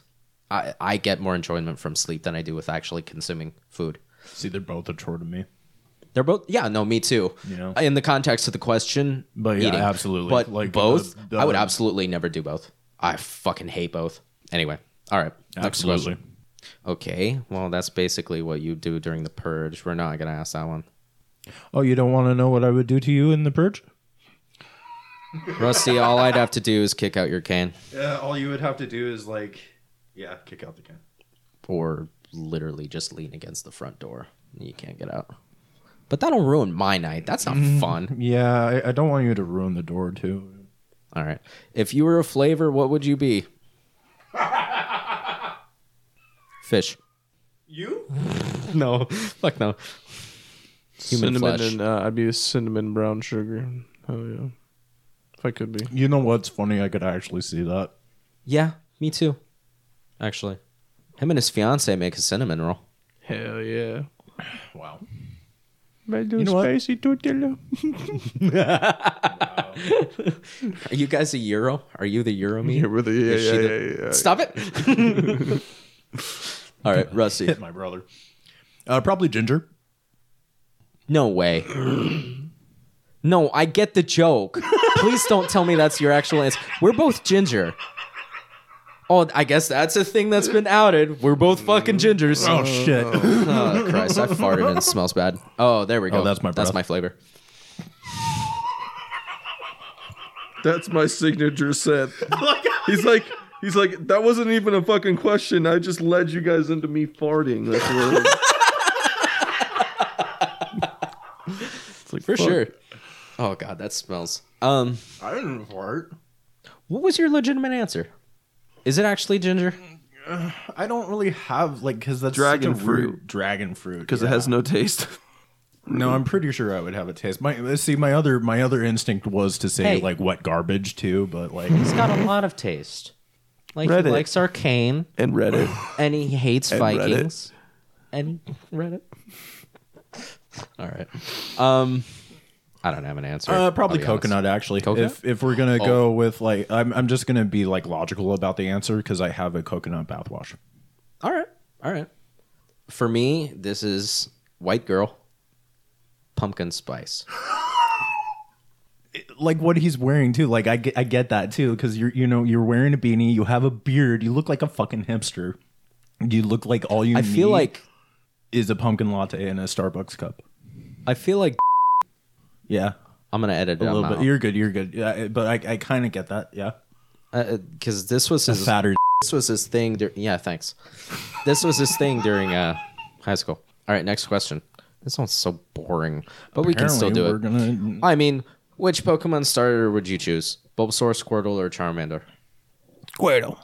S3: I, I get more enjoyment from sleep than I do with actually consuming food.
S1: See, they're both a chore to me.
S3: They're both, yeah, no, me too.
S1: You know?
S3: in the context of the question,
S1: But yeah, absolutely.
S3: But
S1: Like,
S3: both,
S1: the- the-
S3: I would absolutely never do both. I fucking hate both. Anyway, all right, next
S1: Absolutely.
S3: question. Okay, well, that's basically what you do during the purge. We're not gonna ask that one,
S1: Oh, you don't want to know what I would do to you in the purge?
S3: Rusty. all I'd have to do is kick out your cane
S1: Yeah, Uh, all you would have to do is like, yeah, kick out the can.
S3: or literally just lean against the front door. You can't get out. But that'll ruin my night. That's not fun.
S1: Yeah, I, I don't want you to ruin the door too.
S3: All right. If you were a flavor, what would you be? Fish.
S1: You?
S3: No, fuck no. Human
S2: cinnamon
S3: flesh.
S2: and uh, I'd be a cinnamon brown sugar. Hell yeah, if I could be.
S1: You know what's funny? I could actually see that.
S3: Yeah, me too. Actually, him and his fiance make a cinnamon roll.
S2: Hell yeah.
S1: Wow.
S2: You
S1: know what?
S2: spicy tortilla.
S3: Are you guys a euro? Are you the euro me?
S2: Yeah, we're the- yeah,
S3: Is she
S2: yeah,
S3: the-
S2: yeah, yeah.
S3: Stop it. All right, Rusty.
S1: Hit my brother. Uh, probably ginger.
S3: No way. No, I get the joke. Please don't tell me that's your actual answer. We're both ginger. Oh, I guess that's a thing that's been outed. We're both fucking gingers.
S1: Oh shit.
S3: Oh, Christ, I farted and it smells bad. Oh, there we go.
S1: Oh, that's my
S3: That's
S1: breath.
S3: my flavor.
S2: That's my signature set.
S1: Oh
S2: he's like, he's like, that wasn't even a fucking question. I just led you guys into me farting. That's what it's like
S3: For sure. Oh god, that smells. Um
S1: I didn't fart.
S3: what was your legitimate answer? Is it actually ginger?
S1: I don't really have like because that's
S2: Dragon
S1: such a
S2: fruit.
S1: weird- dragon fruit
S2: because
S1: yeah.
S2: it has no taste.
S1: No, I'm pretty sure I would have a taste. My uh, see, my other my other instinct was to say
S3: Hey.
S1: like wet garbage too, but like
S3: He's got a lot of taste. Like
S2: Reddit.
S3: he likes arcane
S2: And Reddit.
S3: and he hates
S2: And Reddit.
S3: Vikings. And Reddit. All right. Um I don't have an answer.
S1: uh,
S3: I'll
S1: probably
S3: be honest.
S1: coconut actually.
S3: Coconut?
S1: If if we're gonna
S3: Oh.
S1: go with like, I'm I'm just gonna be like logical about the answer because I have a coconut bathwash.
S3: All right. All right. For me, this is white girl pumpkin spice.
S1: like what he's wearing too. Like I get, I get that too because you're you know you're wearing a beanie, you have a beard, you look like a fucking hipster. You look like all you
S3: I feel
S1: need
S3: like
S1: is a pumpkin latte in a Starbucks cup.
S3: I feel like
S1: Yeah,
S3: I'm gonna edit
S1: a
S3: it
S1: little bit. You're good. You're good. Yeah, but I, I kind of get that. Yeah,
S3: because Uh, this was
S1: the
S3: his
S1: fatter.
S3: this was his thing. Dur- yeah, thanks. This was his thing during uh, high school. All right, next question. This one's so boring, but we can still do
S1: Apparently,
S3: it.
S1: we're gonna-
S3: I mean, which Pokemon starter would you choose? Bulbasaur, Squirtle, or Charmander?
S1: Squirtle.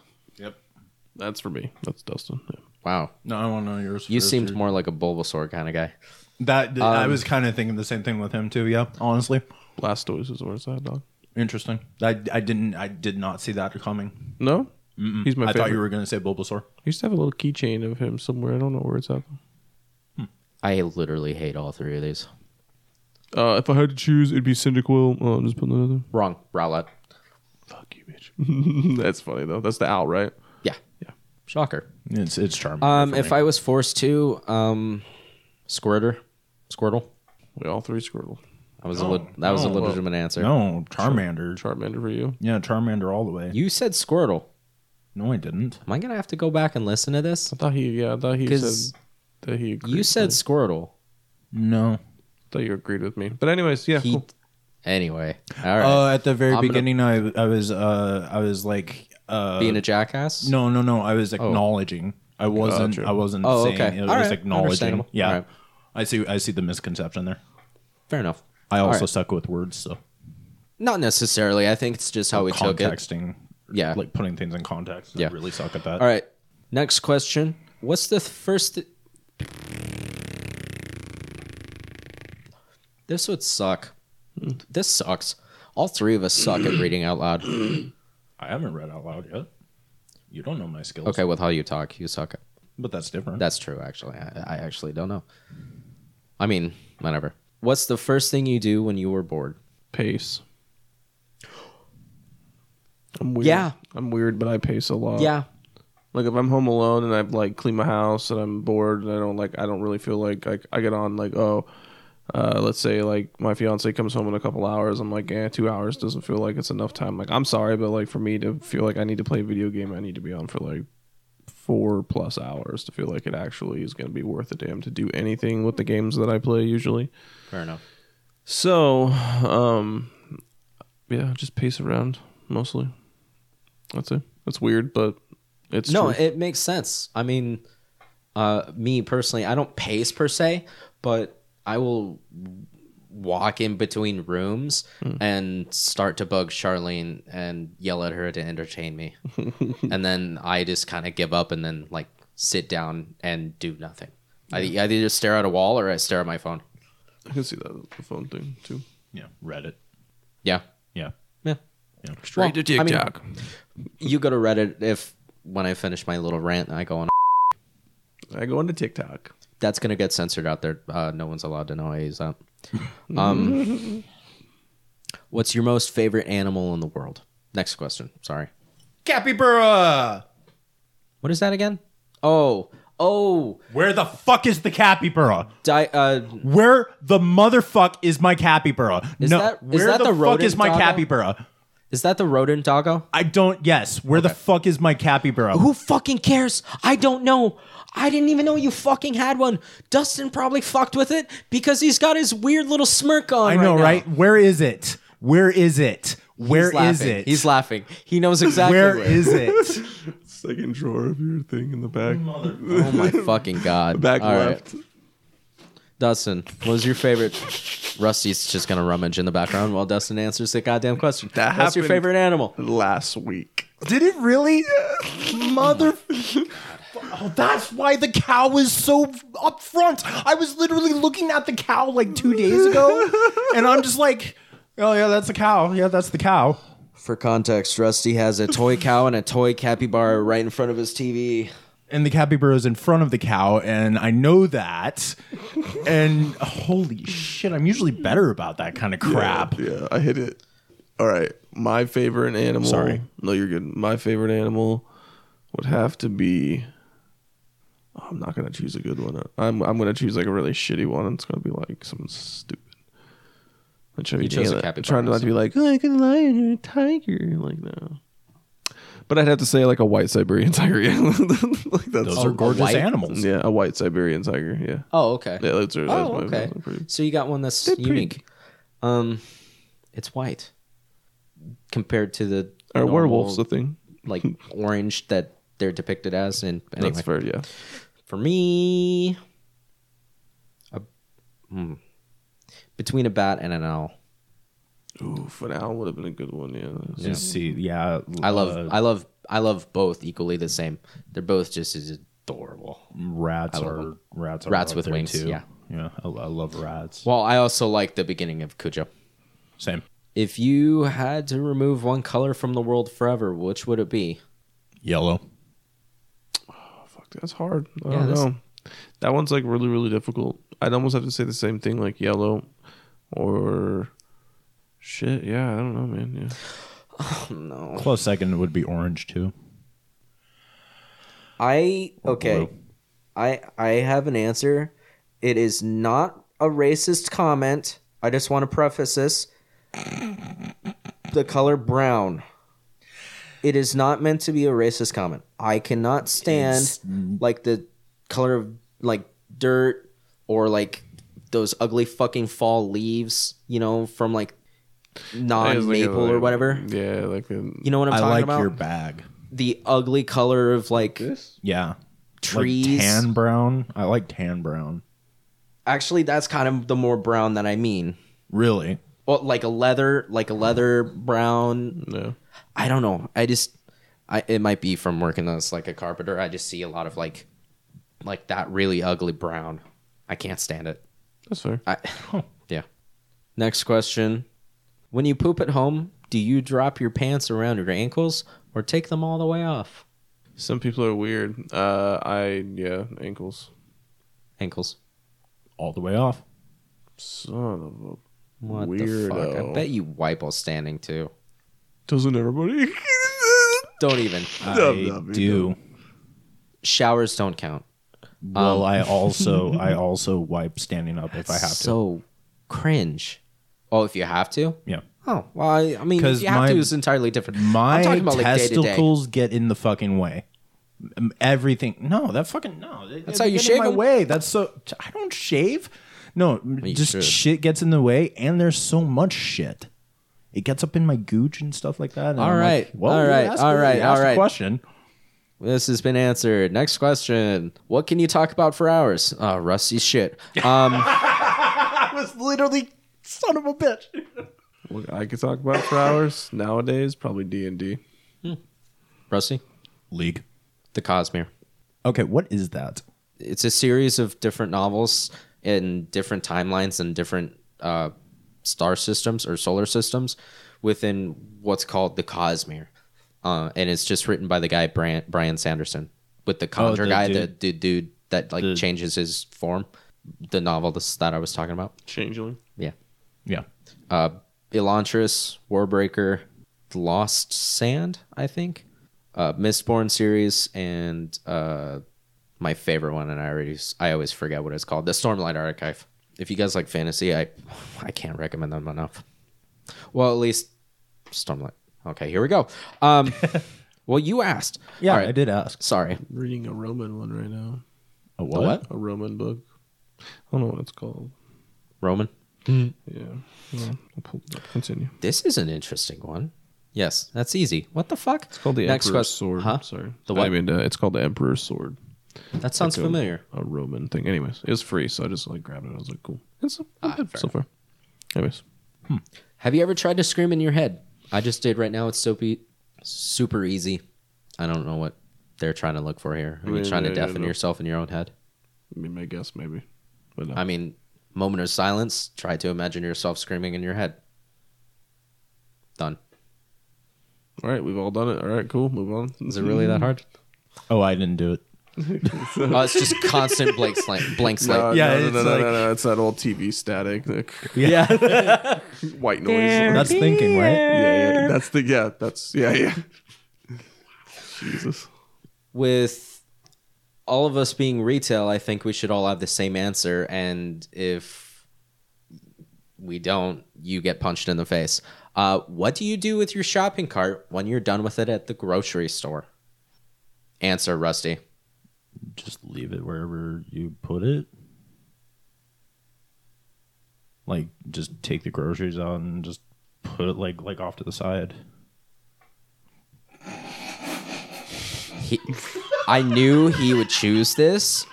S2: That's for me. That's Dustin. Yeah.
S3: Wow,
S1: No, I want to know yours.
S3: you
S1: first.
S3: seemed Um, more like a Bulbasaur kind of guy.
S1: that. I was kind of thinking the same thing with him too. Yeah, honestly,
S2: Blastoise is where it's at, dog.
S1: interesting. I, I didn't. I did not see that coming.
S2: No, he's my
S1: I
S2: favorite.
S1: thought you were gonna say Bulbasaur.
S2: He used to have a little keychain of him somewhere. I don't know where it's at.
S3: I literally hate all three of these.
S2: Uh, if I had to choose, it'd be Cyndaquil. Oh, I'm just putting another.
S3: Wrong, Rowlet.
S2: Fuck you, bitch. That's funny though. That's the owl, right?
S3: Yeah,
S2: Yeah.
S3: shocker.
S1: It's it's charming.
S3: Um, if I was forced to, um, Squirter, Squirtle.
S2: We all three Squirtle.
S3: That was a le- that was a
S1: no,
S3: legitimate answer.
S1: no Charmander.
S2: Charmander for you.
S1: yeah, Charmander all the way.
S3: You said Squirtle.
S1: No, I didn't.
S3: Am I gonna have to go back and listen to this?
S2: I thought he. Yeah, I thought he
S3: 'Cause
S2: said that he. Agreed
S3: You said
S2: with me.
S3: Squirtle.
S1: No.
S2: I thought you agreed with me. But anyways, yeah.
S3: He.
S2: cool.
S3: Anyway, all right.
S1: Uh, at the very
S3: I'm gonna-
S1: beginning, I I was uh I was like uh
S3: Being a jackass.
S1: no no no I was acknowledging. I wasn't.
S2: Gotcha.
S1: I wasn't
S3: Oh,
S1: saying.
S3: okay.
S1: It
S3: All
S1: was
S3: right.
S1: acknowledging.
S3: Understandable.
S1: Yeah.
S3: All right.
S1: I see. I see the misconception there.
S3: fair enough.
S1: I
S3: All
S1: also
S3: right.
S1: suck with words, so
S3: not necessarily. I think it's just how Oh, we took it.
S1: contexting.
S3: Yeah.
S1: Like putting things in context. I
S3: Yeah.
S1: really suck at that.
S3: All right. Next question. What's the first? Th- this would suck. This sucks. All three of us suck at reading out loud.
S1: I haven't read out loud yet. You don't know my skills.
S3: Okay, with how you talk, you suck. at-
S1: But that's different.
S3: That's true. Actually, I, I actually don't know. I mean, whatever. What's the first thing you do when you were bored?
S2: pace. I'm weird.
S3: Yeah.
S2: I'm weird, but I pace a lot.
S3: yeah,
S2: Like if I'm home alone and I've like clean my house and I'm bored and I don't like I don't really feel like I, I get on like oh uh, let's say like my fiance comes home in a couple hours I'm like eh two hours doesn't feel like it's enough time like I'm sorry but like for me to feel like I need to play a video game I need to be on for like four plus hours to feel like it actually is gonna be worth a damn to do anything with the games that I play usually
S3: fair enough.
S2: so, um, yeah, just pace around mostly. That's it. That's weird, but it's
S3: no,
S2: true.
S3: it makes sense. I mean, uh, me personally, I don't pace per se, but I will walk in between rooms
S2: Hmm.
S3: and start to bug Charlene and yell at her to entertain me, and then I just kind of give up and then like sit down and do nothing. I, I either just stare at a wall or I stare at my phone.
S2: I can see that with the phone thing too.
S1: yeah. Reddit.
S3: Yeah,
S1: Yeah.
S3: yeah.
S1: Yeah.
S3: Straight to Well, I mean- TikTok. You go to Reddit if when I finish my little rant, I go on.
S2: I go into TikTok.
S3: That's gonna get censored out there. Uh, no one's allowed to know I use that. Um, what's your most favorite animal in the world? Next question. Sorry.
S1: Capybara.
S3: What is that again? Oh, oh,
S1: Where the fuck is the capybara?
S3: di- uh,
S1: Where the motherfuck is my capybara?
S3: Is
S1: no,
S3: that- is
S1: where
S3: that
S1: the,
S3: the
S1: fuck is
S3: rodent
S1: my
S3: doggo?
S1: capybara?
S3: is that the rodent doggo?
S1: I don't. Yes, where the fuck is my capybara?
S3: Who fucking cares? I don't know. I didn't even know you fucking had one. Dustin probably fucked with it because he's got his weird little smirk on.
S1: I know,
S3: now.
S1: right? Where is it? Where is it?
S3: He's
S1: Where is
S3: laughing.
S1: it?
S3: He's laughing. He knows exactly
S1: Where is it?
S2: Second drawer of your thing in the back.
S3: Oh my fucking god!
S2: Back
S3: All right.
S2: left.
S3: Dustin, what was your favorite? Rusty's just gonna rummage in the background while Dustin answers the goddamn question.
S2: That
S3: What's your
S2: happened.
S3: favorite animal?
S2: Last week.
S1: Did it really? Mother. Oh, that's why the cow was so up front. I was literally looking at the cow like two days ago, and I'm just like, oh, yeah, that's a cow. Yeah, that's the cow.
S3: For context, Rusty has a toy cow and a toy capybara right in front of his TV.
S1: And the capybara is in front of the cow, and I know that. And holy shit, I'm usually better about that kind of crap.
S2: Yeah, I hit it. All right. My favorite animal.
S1: Sorry.
S2: No, you're good. My favorite animal would have to be. oh, I'm not gonna choose a good one. I'm I'm gonna choose like a really shitty one. It's gonna be like something stupid. I'm trying,
S3: You
S2: to
S3: chose a
S2: be-
S3: capybara,
S2: trying not to be like, oh, I could lion or a tiger. Like no. But I'd have to say like a white Siberian tiger. Yeah, like that's
S1: Those
S3: Oh,
S1: are
S3: a
S1: gorgeous
S3: white-
S1: animals.
S2: yeah, a white Siberian tiger. Yeah,
S3: Oh, okay.
S2: yeah, those are.
S3: oh,
S2: that's my
S3: okay.
S2: pretty-
S3: So you got one that's
S2: They're pretty-
S3: unique. Um, it's white compared to the
S2: Are
S3: normal,
S2: werewolves the thing?
S3: like orange that they're depicted as. And anyway,
S2: That's fair. Yeah,
S3: for me, a, hmm, between a bat and an owl,
S2: oof, an owl would have been a good one. Yeah, that's-
S1: Just see, yeah.
S3: I love,
S1: uh,
S3: I love, I love both equally the same. They're both just as adorable.
S1: rats
S3: I love
S1: are
S3: 'em.
S1: rats. Are
S3: Rats
S1: up
S3: with
S1: there,
S3: wings,
S1: Too.
S3: yeah.
S1: yeah. I, I love rats.
S3: Well, I also like the beginning of Cujo.
S1: Same.
S3: If you had to remove one color from the world forever, which would it be?
S1: Yellow.
S2: Oh, fuck, that's hard. I
S3: Yeah,
S2: don't
S3: that's-
S2: know. That one's like really, really difficult. I'd almost have to say the same thing, like yellow, or shit. Yeah, I don't know, man. Yeah.
S3: No.
S1: Close second would be orange too.
S3: I
S1: Or
S3: okay.
S1: blue.
S3: I I have an answer. It is not a racist comment. I just want to preface this. The color brown. It is not meant to be a racist comment. I cannot stand like the color of like dirt or like those ugly fucking fall leaves, you know, from like non maple or whatever.
S2: Yeah, like a,
S3: You know what I'm
S1: I
S3: talking
S1: like
S3: about?
S1: your bag.
S3: the ugly color of like
S1: Yeah.
S3: trees.
S1: Like tan brown. I like tan brown.
S3: Actually, that's kind of the more brown that I mean.
S1: Really.
S3: Well, like a leather, like a leather brown.
S2: No.
S3: I don't know. I just, I it might be from working as like a carpenter. I just see a lot of like, like that really ugly brown. I can't stand it.
S2: That's fair.
S3: I, yeah. Next question: When you poop at home, do you drop your pants around your ankles or take them all the way off?
S2: Some people are weird. Uh, I yeah, ankles.
S3: Ankles.
S1: All the way off.
S2: Son of a.
S3: What the fuck?
S2: Weirdo.
S3: I bet you wipe while standing too.
S2: Doesn't everybody?
S3: Don't even. Uh,
S2: No,
S1: I
S2: no, we
S1: do.
S3: Showers don't count.
S1: Well, I also I also wipe standing up if I have to.
S3: so cringe. Oh, if you have to?
S1: Yeah.
S3: Oh, well, I, I mean,
S1: 'Cause
S3: if you have
S1: my-
S3: to is entirely different.
S1: My
S3: I'm talking about like day to day.
S1: testicles get in the fucking way. M- Everything. No, that fucking no. They-
S3: That's
S1: they
S3: how you
S1: get
S3: shave
S1: in my
S3: 'em.
S1: way. That's so. I don't shave. No, m-
S3: you
S1: just
S3: should.
S1: shit gets in the way, and there's so much shit. It gets up in my gooch and stuff like that. And
S3: All
S1: I'm like,
S3: right.
S1: well,
S3: All
S1: you
S3: right.
S1: asked
S3: All
S1: me- you
S3: right.
S1: asked
S3: All
S1: a
S3: right.
S1: Question.
S3: This has been answered. Next question. What can you talk about for hours? Oh, rusty shit. Um,
S1: I was literally son of a bitch.
S2: Look, I could talk about for hours nowadays. Probably D and D.
S3: rusty,
S1: League.
S3: The Cosmere.
S1: Okay, what is that?
S3: It's a series of different novels in different timelines and different uh, star systems or solar systems within what's called the Cosmere. Uh, and it's just written by the guy Brian, Brian Sanderson with the Conjure
S1: Oh, the
S3: guy, the
S1: dude-
S3: dude, dude that like
S1: the-
S3: changes his form. The novel this, that I was talking about.
S2: Changeling.
S3: Yeah.
S1: Yeah.
S3: Uh, Elantris, Warbreaker, Lost Sand, I think. Uh, Mistborn series and uh, my favorite one, and I already I always forget what it's called. The Stormlight Archive. If you guys like fantasy, I I can't recommend them enough. Well, at least Stormlight. Okay, here we go. Um, well, you asked.
S1: Yeah,
S3: All right,
S1: I did ask.
S3: Sorry.
S2: Reading a Roman one right now.
S1: A
S3: The what?
S2: A Roman book. I don't know what it's called.
S3: Roman.
S2: Yeah. Well, I'll pull it up. Continue.
S3: This is an interesting one. Yes, that's easy. What the fuck?
S2: It's called the
S3: Next
S2: Emperor's
S3: quest-
S2: Sword.
S3: Huh?
S2: Sorry.
S3: The what?
S2: I mean, uh, it's called the Emperor's Sword.
S3: That sounds
S2: Like a-
S3: familiar.
S2: A Roman thing. Anyways, it was free, so I just like grabbed it. I was like, cool. It's
S3: Ah,
S2: not bad so far. Anyways,
S3: Have you ever tried to scream in your head? I just did right now. It's soapy, super easy. I don't know what they're trying to look for here. Are you
S2: Yeah,
S3: trying to
S2: yeah, yeah,
S3: deafen
S2: no.
S3: yourself in your own head?
S2: I mean, my guess maybe. But no.
S3: I mean, moment of silence. Try to imagine yourself screaming in your head. Done.
S2: all right, we've all done it. All right, cool. Move on.
S3: Is it really that hard?
S1: Oh, I didn't do it.
S3: oh, it's just constant blank slate. Blank slate.
S2: No,
S1: Yeah,
S2: no, no,
S1: it's
S2: no, no,
S1: like-
S2: no, no, It's that old TV static, like,
S1: Yeah.
S2: white noise. yeah,
S1: That's thinking, right?
S2: yeah, that's the yeah, that's yeah, yeah. Jesus,
S3: with all of us being retail, I think we should all have the same answer. And if we don't, you get punched in the face. Uh, what do you do with your shopping cart when you're done with it at the grocery store? Answer, Rusty.
S5: Just leave it wherever you put it. Like just take the groceries out and just put it like like off to the side.
S3: He, I knew he would choose this.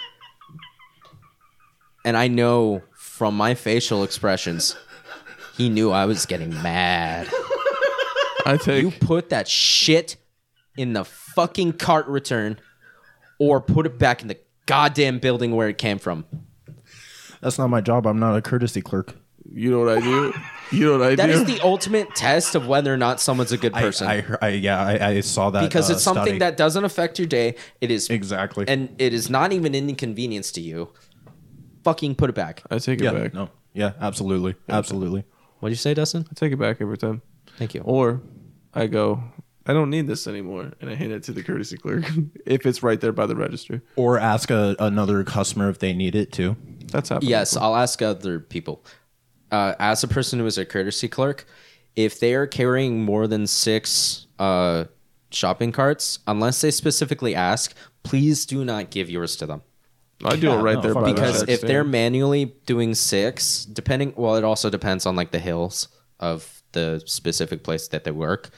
S3: And I know from my facial expressions, he knew I was getting mad.
S2: I take
S3: You put that shit in the fucking cart return or put it back in the goddamn building where it came from.
S1: That's not my job. I'm not a courtesy clerk.
S2: You know what I do? You know what I
S3: That
S2: do?
S3: is the ultimate test of whether or not someone's a good
S1: I,
S3: person.
S1: I, I yeah, I, I saw that
S3: because
S1: uh,
S3: it's something
S1: study.
S3: that doesn't affect your day. It is
S1: exactly
S3: and it is not even an inconvenience to you. Fucking put it back.
S2: I take it
S1: yeah,
S2: back.
S1: no, yeah, absolutely, absolutely.
S3: What'd you say, Dustin?
S2: I take it back every time.
S3: Thank you.
S2: Or I go, I don't need this anymore, and I hand it to the courtesy clerk if it's right there by the register.
S1: Or ask a, another customer if they need it too.
S2: That's happening.
S3: Yes, I'll ask other people. Uh, as a person who is a courtesy clerk, if they are carrying more than six uh, shopping carts, unless they specifically ask, please do not give yours to them.
S2: I do it
S1: Yeah,
S2: right
S1: no,
S2: there
S1: fuck
S2: by
S1: that.
S2: the
S3: because
S2: check
S3: if
S2: stand.
S3: they're manually doing six depending well it also depends on like the hills of the specific place that they work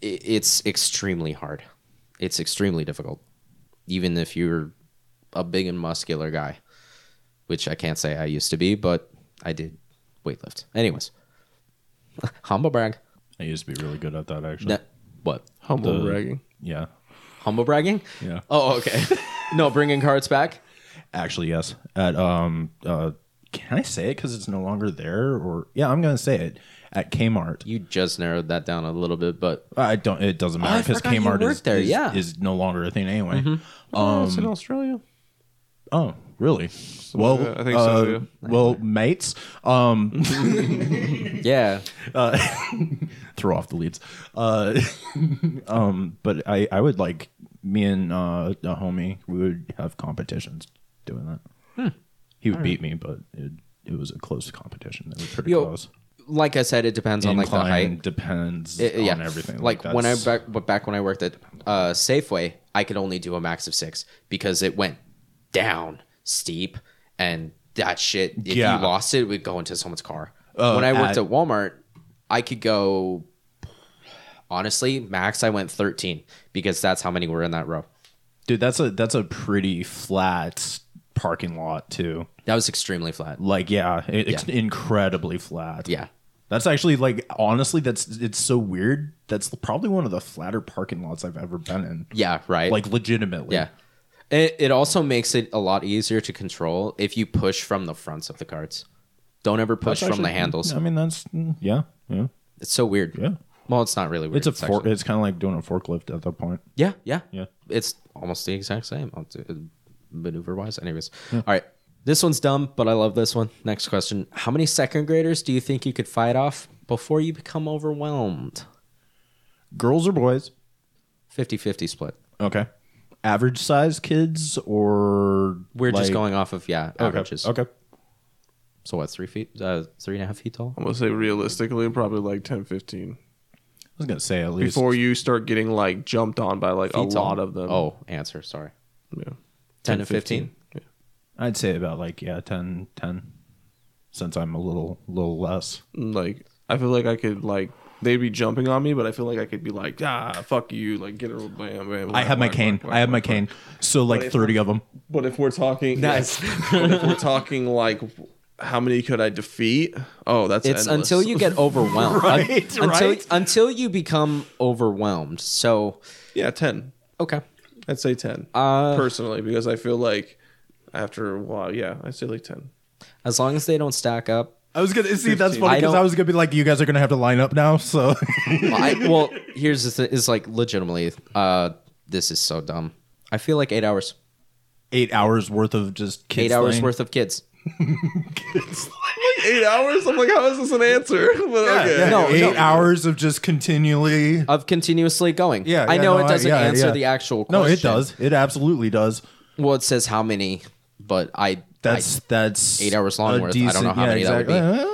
S3: i- it's extremely hard it's extremely difficult even if you're a big and muscular guy which i can't say i used to be but i did weightlift anyways humble brag
S5: I used to be really good at that actually.
S3: No- what
S2: humble
S5: the-
S2: bragging.
S5: Yeah.
S3: humble bragging
S5: Yeah.
S3: oh okay no bringing cards back
S1: Actually, yes. At um, uh, can I say it because it's no longer there? Or yeah, I'm gonna say it at Kmart.
S3: you just narrowed that down a little bit but
S1: I don't. It doesn't
S3: Oh,
S1: matter
S3: I
S1: because
S3: forgot you
S1: Kmart is,
S3: worked there,
S1: is-
S3: yeah. Mm-hmm.
S1: is no longer a thing anyway.
S2: oh, it's in Australia.
S1: Oh, really? well,
S2: yeah, I think
S1: uh,
S2: so, too.
S1: well, mates. Um,
S3: yeah
S1: throw off the leads. Uh, um, but I, I would like me and uh, a homie. We would have competitions doing that. He would beat me, but it, it was a close competition. It was pretty
S3: Yo,
S1: close.
S3: like i said it depends on like the
S1: Incline
S3: height
S1: depends
S3: It- it- yeah.
S1: on everything.
S3: Like, when I
S1: that's-
S3: back, but back when I worked at uh, Safeway, I could only do a max of six because it went down steep and that shit. If
S1: Yeah.
S3: you lost it, it would go into someone's car.
S1: Uh,
S3: when I worked
S1: at-
S3: at Walmart, I could go. Honestly, max I went thirteen because that's how many were in that row.
S1: dude, that's a that's a pretty flat parking lot too.
S3: That was extremely flat.
S1: Like yeah, it, it's incredibly flat.
S3: Yeah,
S1: That's actually like honestly, that's it's so weird. That's probably one of the flatter parking lots I've ever been in.
S3: yeah, right.
S1: Like legitimately.
S3: yeah. It, it also makes it a lot easier to control if you push from the fronts of the carts. Don't ever push
S1: That's
S3: from the
S1: actually-
S3: handles.
S1: I mean, that's mm, yeah, yeah.
S3: It's so weird.
S1: Yeah.
S3: Well, it's not really weird.
S1: It's a for,
S3: actually-
S1: it's kind of like doing a forklift at that point.
S3: Yeah, yeah,
S1: Yeah.
S3: It's almost the exact same maneuver wise. Anyways, all right. This one's dumb, but I love this one. Next question: How many second graders do you think you could fight off before you become overwhelmed?
S1: Girls or boys?
S3: 50-50 split.
S1: Okay. Average size kids or
S3: We're just
S1: like-
S3: going off of yeah
S1: okay.
S3: averages.
S1: Okay.
S3: So what? Three feet? Uh, three and a half feet tall?
S2: I'm gonna say realistically, probably like 10, 15
S1: I was gonna say at least
S2: before you start getting like jumped on by like a
S3: Feet tall.
S2: lot of them.
S3: Oh, answer. Sorry.
S2: yeah.
S3: Ten, to fifteen.
S1: I'd say about like yeah 10, 10 since I'm a little little less.
S2: Like I feel like I could like they'd be jumping on me, but I feel like I could be like ah fuck you like get her bam bam.
S1: I have my
S2: whack,
S1: cane.
S2: whack, whack,
S1: I have my
S2: whack, whack.
S1: cane. So like
S2: if-
S1: thirty of them.
S2: But if we're talking,
S3: Nice.
S2: but if we're talking like, how many could I defeat? Oh, that's
S3: It's
S2: endless.
S3: until you get overwhelmed.
S1: Right,
S3: Un- Until
S1: right.
S3: until you become overwhelmed. So
S2: yeah ten.
S3: okay.
S2: I'd say ten
S3: Uh,
S2: personally because I feel like after a while, yeah, I'd say like ten.
S3: As long as they don't stack up.
S1: I was gonna see that's
S2: 15.
S1: funny
S3: I
S1: because
S3: don't-
S1: I, was gonna be like you guys are gonna have to line up now. So
S3: Well, I, well here's the thing is like legitimately, uh, this is so dumb. I feel like eight hours.
S1: eight hours worth of just kids
S3: eight hours
S1: playing.
S3: worth of kids.
S2: Eight hours. I'm like, how is this an answer? But okay.
S1: Yeah,
S3: No,
S1: eight
S3: no.
S1: hours of just continually
S3: Of continuously going.
S1: Yeah,
S3: I
S1: yeah,
S3: know
S1: no,
S3: it doesn't
S1: yeah,
S3: answer
S1: yeah.
S3: the actual
S1: No,
S3: question.
S1: it does. It absolutely does.
S3: Well, it says how many, but I
S1: That's that's
S3: Eight hours long
S1: a
S3: worth. I don't know how many that would be.
S1: Uh,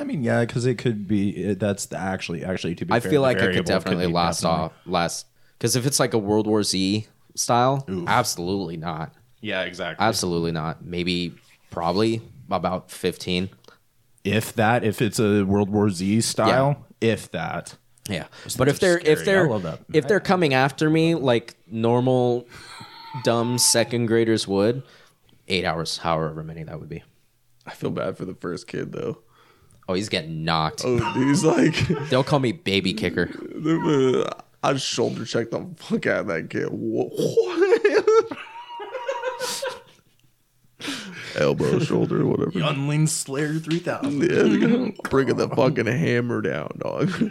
S1: I mean, yeah, because it could be. It, that's the actually actually to be.
S3: I
S1: fair,
S3: feel
S1: the
S3: like I
S1: variable
S3: could definitely
S1: be
S3: last
S1: definitely-
S3: off last because if it's like a World War Z style, absolutely not,
S1: Yeah, exactly.
S3: absolutely not. Maybe probably about fifteen.
S1: if that, if it's a World War Z style, if that.
S3: Yeah, but if they're if
S1: scary.
S3: they're
S1: I love that.
S3: if they're coming after me like normal dumb second graders would, eight hours, however many that would be.
S2: I feel bad for the first kid though.
S3: Oh, he's getting knocked.
S2: Oh, dude, he's like,
S3: They'll call me baby kicker.
S2: I shoulder checked the fuck out of that kid. What? Elbow, shoulder, whatever.
S1: Unling Slayer three thousand.
S2: Yeah, bringing the fucking hammer down, dog.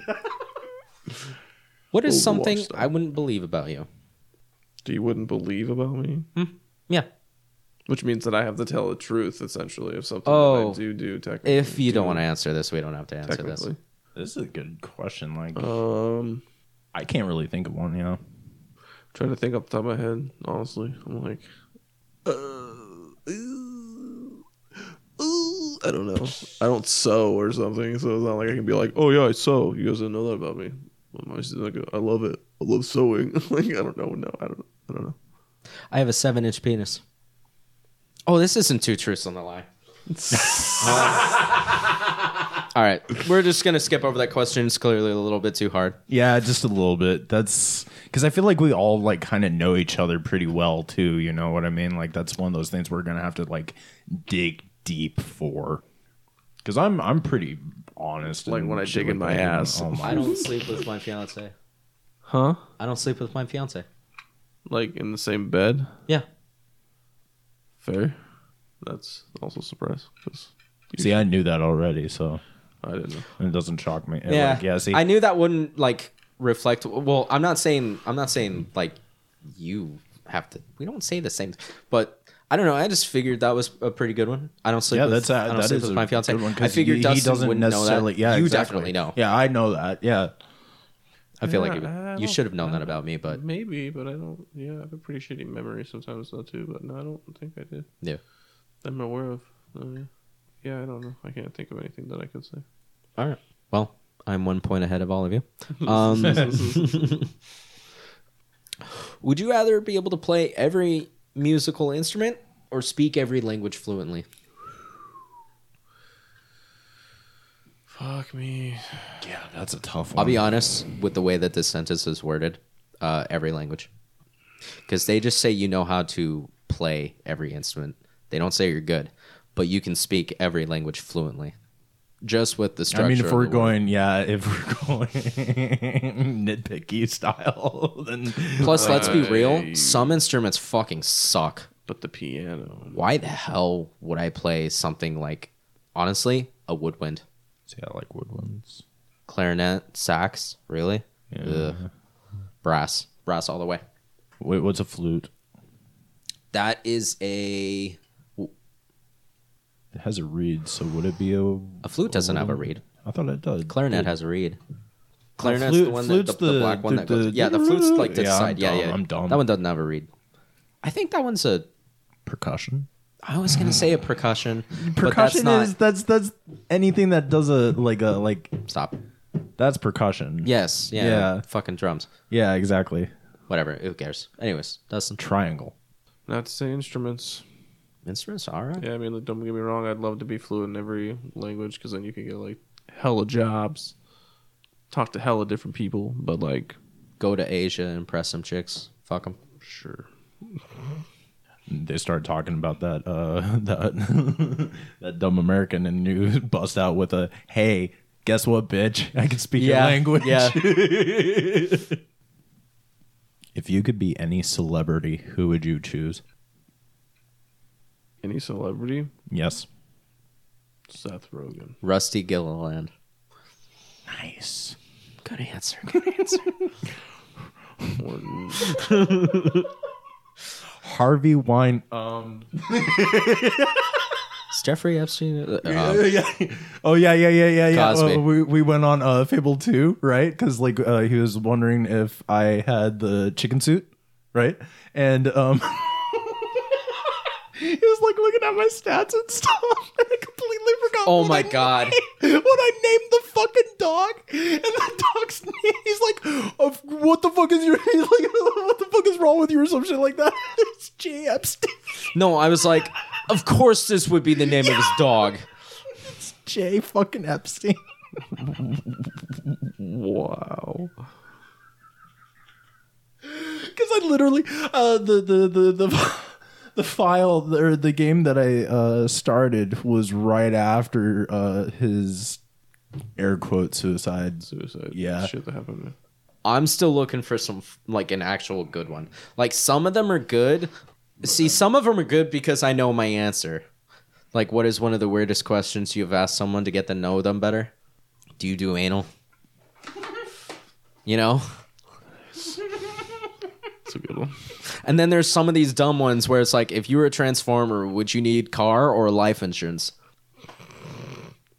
S3: What is
S2: Overwatch
S3: something
S2: style.
S3: I wouldn't believe about you?
S2: you wouldn't believe about me?
S3: Yeah,
S2: Which means that I have to tell the truth, essentially, of something that I
S3: Oh,
S2: do do technically.
S3: if you don't want to answer this, we don't have to answer this.
S2: technically.
S1: This is a good question. Like,
S2: Um,
S1: I can't really think of one. You know,
S2: trying to think off the top of my head, honestly. I'm like, uh, ooh, I don't know. I don't sew or something, so it's not like I can be like, oh yeah, I sew. You guys didn't know that about me. I'm just like, I love it. I love sewing. like, I don't know. No, I don't. I don't know.
S3: I have a seven inch penis. Oh, this isn't two truths and a lie. All right, we're just gonna skip over that question. It's clearly a little bit too hard.
S1: yeah, just a little bit. That's because I feel like we all like kind of know each other pretty well too. You know what I mean? Like, that's one of those things we're gonna have to like dig deep for. Because I'm I'm pretty honest.
S2: Like
S1: and
S2: when I
S1: shit
S2: dig in
S1: like
S2: my
S1: that, you know.
S2: ass.
S1: Oh my
S3: I don't sleep with my fiance.
S2: Huh?
S3: I don't sleep with my fiance.
S2: Like in the same bed?
S3: Yeah,
S2: Fair. That's also a surprise 'cause
S1: See, I knew that already, so
S2: I didn't know.
S1: it doesn't shock me. Like,
S3: yeah.
S1: yeah. See,
S3: I knew that wouldn't like reflect. Well, I'm not saying I'm not saying like you have to. We don't say the same, but. I don't know. I just figured that was a pretty good one. I don't sleep.
S1: yeah,
S3: with,
S1: that's
S3: I
S1: a,
S3: don't
S1: that
S3: sleep
S1: is
S3: with
S1: a
S3: my fiance.
S1: good one, 'cause
S3: I figured
S1: he,
S3: Dustin
S1: he doesn't
S3: wouldn't
S1: necessarily.
S3: know that.
S1: Yeah,
S3: you
S1: exactly.
S3: definitely know.
S1: Yeah, I know that. Yeah,
S3: I feel like
S2: Yeah,
S3: it,
S2: I
S3: would-
S2: don't-
S3: you should have known
S2: I
S3: that
S2: don't-
S3: about me, but
S2: Maybe, but I don't. Yeah, I have a pretty shitty memory sometimes though too. But no, I don't think I did.
S3: yeah.
S2: that I'm aware of. Uh, yeah. yeah, I don't know. I can't think of anything that I could say.
S3: All right. Well, I'm one point ahead of all of you. Um, would you rather be able to play every musical instrument or speak every language fluently?
S2: Fuck me.
S1: yeah, that's a tough one.
S3: I'll be
S2: Hmm.
S3: honest with the way that this sentence is worded. Uh, every language, because they just say you know how to play every instrument. They don't say you're good, but you can speak every language fluently, just with the structure.
S1: I mean, if
S3: of
S1: we're
S3: the word.
S1: going, yeah, if we're going nitpicky style, then
S3: Plus, let's be real. Some instruments fucking suck.
S2: But the piano.
S3: Why the hell would I play something like, honestly, a woodwind,
S5: See, I like woodwinds.
S3: clarinet, sax? Really? Ugh. Brass, brass all the way.
S1: wait, what's a flute?
S3: That is a
S1: It has a reed, so would it be a?
S3: a flute doesn't have a reed.
S1: I thought it does.
S3: Clarinet has a reed. Clarinet's
S1: flute-
S3: the one that the,
S1: flute's
S3: the,
S1: the-
S3: black one
S1: the-
S3: that goes.
S1: the-
S3: yeah, the flute's like this
S1: Yeah, I'm
S3: side. yeah,
S1: dumb,
S3: yeah.
S1: I'm dumb.
S3: That one doesn't have a reed. I think that one's a.
S1: percussion.
S3: I was gonna say a percussion. but that's
S1: Percussion
S3: not,
S1: is that's that's anything that does a like a like
S3: stop.
S1: that's percussion.
S3: Yes. Yeah.
S1: Yeah.
S3: Fucking drums.
S1: yeah, exactly.
S3: Whatever. Who cares? Anyways, Dustin.
S1: Triangle.
S2: Not to say instruments.
S3: Instruments, all right.
S2: Yeah, I mean, like, don't get me wrong. I'd love to be fluent in every language because then you could get like hella jobs, talk to hella different people. But like,
S3: Go to Asia and press some chicks. Fuck them.
S2: sure.
S1: they start talking about that uh that that dumb American and you bust out with a hey, guess what, bitch? I can speak your language. If you could be any celebrity, who would you choose?
S2: Any celebrity?
S1: Yes.
S2: Seth Rogen.
S3: Rusty Gilliland.
S1: Nice.
S3: Good answer. Good answer.
S2: Or
S1: Harvey Wine.
S3: Is Jeffrey Epstein. uh,
S1: Uh,
S3: um,
S1: yeah. Oh yeah, yeah, yeah, yeah, yeah.
S3: Cosby.
S1: Uh, we we went on uh, Fable Two, right? Because like uh, he was wondering if I had the chicken suit, right? And um, he was like looking at my stats and stuff. And I completely forgot.
S3: oh
S1: what
S3: my
S1: I-
S3: god.
S1: when I named the fucking dog, and the dog's name, he's like, "Of- "What the fuck is your? He's like, what the fuck is wrong with you?" or some shit like that. It's Jay Epstein.
S3: No, I was like, of course this would be the name of his dog.
S1: Jay fucking Epstein.
S2: Wow.
S1: Because I literally uh, the the the the. The file or the game that I uh, started was right after uh, his air quote suicide.
S2: Suicide.
S1: Yeah.
S2: Shit that happened. man.
S3: I'm still looking for some like an actual good one. Like some of them are good. See, some of them are good because I know my answer. Like, what is one of the weirdest questions you've asked someone to get to know them better? Do you do anal? You know?
S2: It's a good one.
S3: And then there's some of these dumb ones where it's like, if you were a transformer, would you need car or life insurance?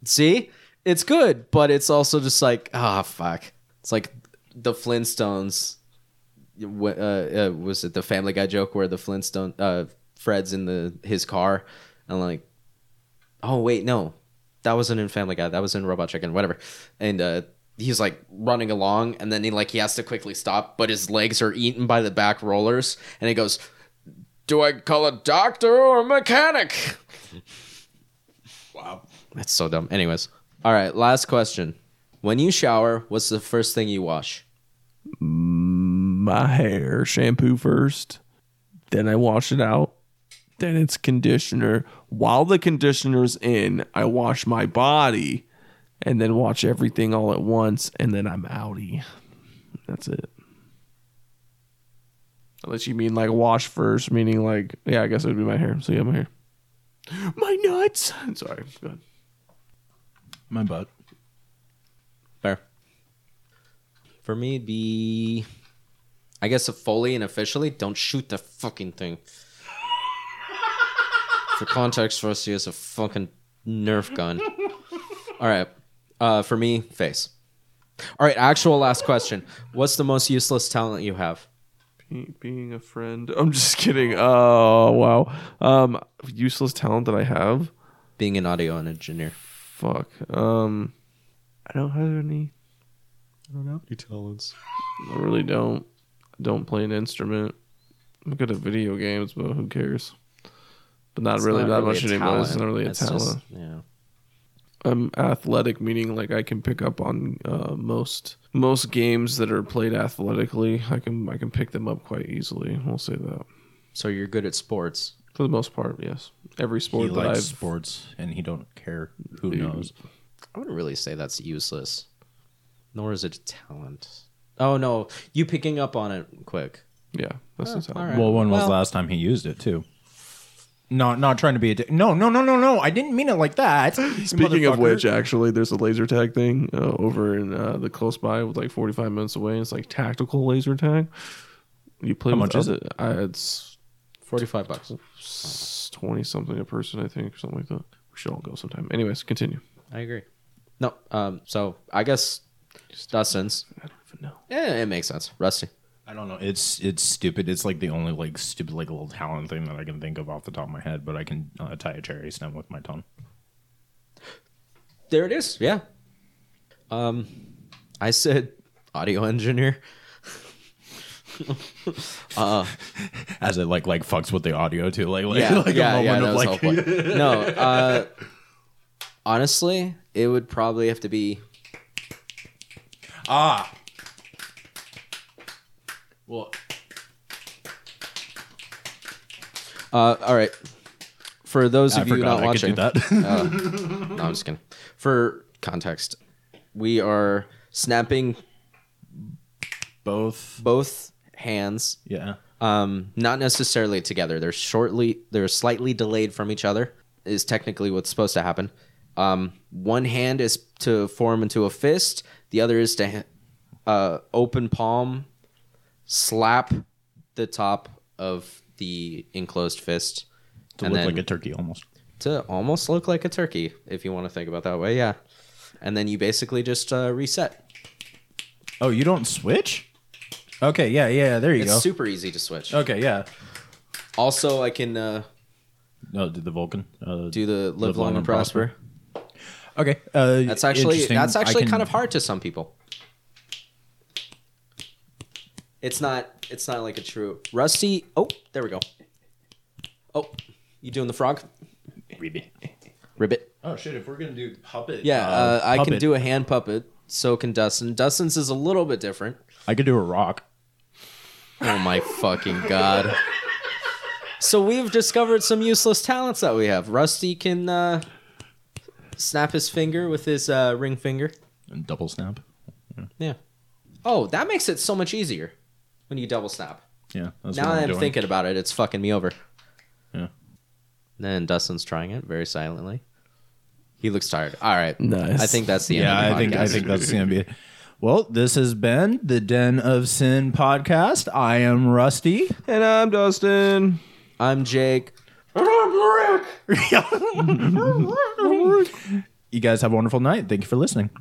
S3: See, it's good, but it's also just like, ah, fuck. It's like the Flintstones. wh- Uh, uh, was it the Family Guy joke where the Flintstone uh, Fred's in the his car and like, oh wait, no, that wasn't in Family Guy. That was in Robot Chicken, whatever. And uh, he's like running along, and then he like he has to quickly stop, but his legs are eaten by the back rollers, and he goes, "Do I call a doctor or a mechanic?" Wow, that's so dumb. Anyways, all right, last question. When you shower, what's the first thing you wash?
S2: My hair shampoo first, then I wash it out, then it's conditioner. While the conditioner's in, I wash my body, and then wash everything all at once, and then I'm outie. That's it. Unless you mean like wash first, meaning like yeah, I guess it would be my hair. So yeah, my hair. My nuts. Sorry. Go ahead.
S1: My butt.
S3: Fair. For me, it'd be, I guess, fully and officially, don't shoot the fucking thing. for context, Rusty is a fucking Nerf gun. All right. Uh, for me, face. All right. Actual last question. What's the most useless talent you have?
S2: Be- being a friend. I'm just kidding. Oh wow. Um, useless talent that I have.
S3: Being an audio engineer.
S2: Fuck. Um, I don't have any. I don't have any talents. I really don't. I don't play an instrument. I'm good at video games, but who cares? But not
S3: It's
S2: really
S3: not
S2: that
S3: really
S2: much
S3: a
S2: anymore. It's not
S3: talent.
S2: really a
S3: It's
S2: talent.
S3: just- yeah.
S2: I'm athletic, meaning like I can pick up on uh, most most games that are played athletically. I can I can pick them up quite easily. We'll say that
S3: So you're good at sports.
S2: for the most part. Yes, every sport
S1: He
S2: that
S1: likes
S2: I've
S1: sports and he don't care who
S2: Dude.
S1: knows.
S3: I wouldn't really say that's useless, nor is it a talent. Oh no, you picking up on it quick.
S2: yeah, that's the talent.
S3: alright.
S1: Well, when was
S3: Well-
S1: the last time he used it too? Not not trying to be a dick. No, no, no, no, no. I didn't mean it like that. you
S2: Speaking of
S1: motherfucker.
S2: which, actually, there's a laser tag thing uh, over in uh, the close by, with like 45 minutes away. It's like tactical laser tag. You play
S1: How
S2: with
S1: much is
S2: other- I, it's
S3: Forty-five bucks.
S2: s- 20 something a person, I think, or something like that. We should all go sometime. Anyways, continue.
S3: I agree. No, um, so I guess Dustin's.
S2: I don't even know.
S3: Yeah, it makes sense. Rusty.
S1: I don't know. It's it's stupid. It's like the only like stupid like little talent thing that I can think of off the top of my head. But I can uh, tie a cherry stem with my tongue.
S3: There it is. Yeah. Um, I said audio engineer.
S1: As it like like fucks with the audio too. Like like,
S3: yeah,
S1: like
S3: yeah,
S1: a
S3: yeah,
S1: moment
S3: that
S1: of
S3: was
S1: like.
S3: the whole point. no, uh, honestly, it would probably have to be.
S1: Ah. Well,
S3: Uh, all right. For those
S1: I
S3: of you
S1: forgot
S3: not
S1: I could do
S3: watching,
S1: that.
S3: No, I'm just kidding. For context, we are snapping
S1: Both.
S3: both hands
S1: Yeah.
S3: um, not necessarily together. They're shortly, they're slightly delayed from each other. Is technically what's supposed to happen. Um, one hand is to form into a fist. The other is to ha- uh, open palm, slap the top of the enclosed fist,
S1: To
S3: and
S1: look
S3: then
S1: like a turkey almost.
S3: to almost look like a turkey, if you want to think about it that way. Yeah, and then you basically just uh, reset.
S1: Oh, you don't switch? Okay, yeah, yeah, there you
S3: It's
S1: go. Oh.
S3: super easy to switch.
S1: okay, yeah.
S3: Also, I can uh,
S1: No, did the Vulcan. Uh,
S3: do the live, long, and prosper.
S1: Okay. Uh,
S3: That's actually
S1: interesting.
S3: that's
S1: I
S3: actually
S1: can-
S3: kind of hard to some people. It's not it's not like a true rusty. Oh, there we go. Oh, you doing the frog? Ribbit. Ribbit.
S1: Oh shit! If we're gonna do puppet,
S3: Yeah, uh, I can
S1: puppet.
S3: do a hand puppet. So can Dustin. Dustin's is a little bit different.
S1: I could do a rock.
S3: Oh my fucking god. So we've discovered some useless talents that we have. Rusty can uh, snap his finger with his uh, ring finger.
S1: And double snap.
S3: Yeah. Oh, that makes it so much easier when you double snap.
S1: Yeah. That's
S3: now
S1: what
S3: that
S1: I'm
S3: I'm
S1: doing.
S3: thinking about it, it's fucking me over.
S1: Yeah.
S3: Then Dustin's trying it very silently. He looks tired. All right.
S2: Nice.
S3: I think that's the end.
S1: Yeah,
S3: of the
S1: I think I
S3: podcast.
S1: think that's gonna be it. Well, this has been the Den of Sin podcast. I am Rusty.
S2: And I'm Dustin.
S3: I'm Jake.
S1: you guys have a wonderful night. Thank you for listening.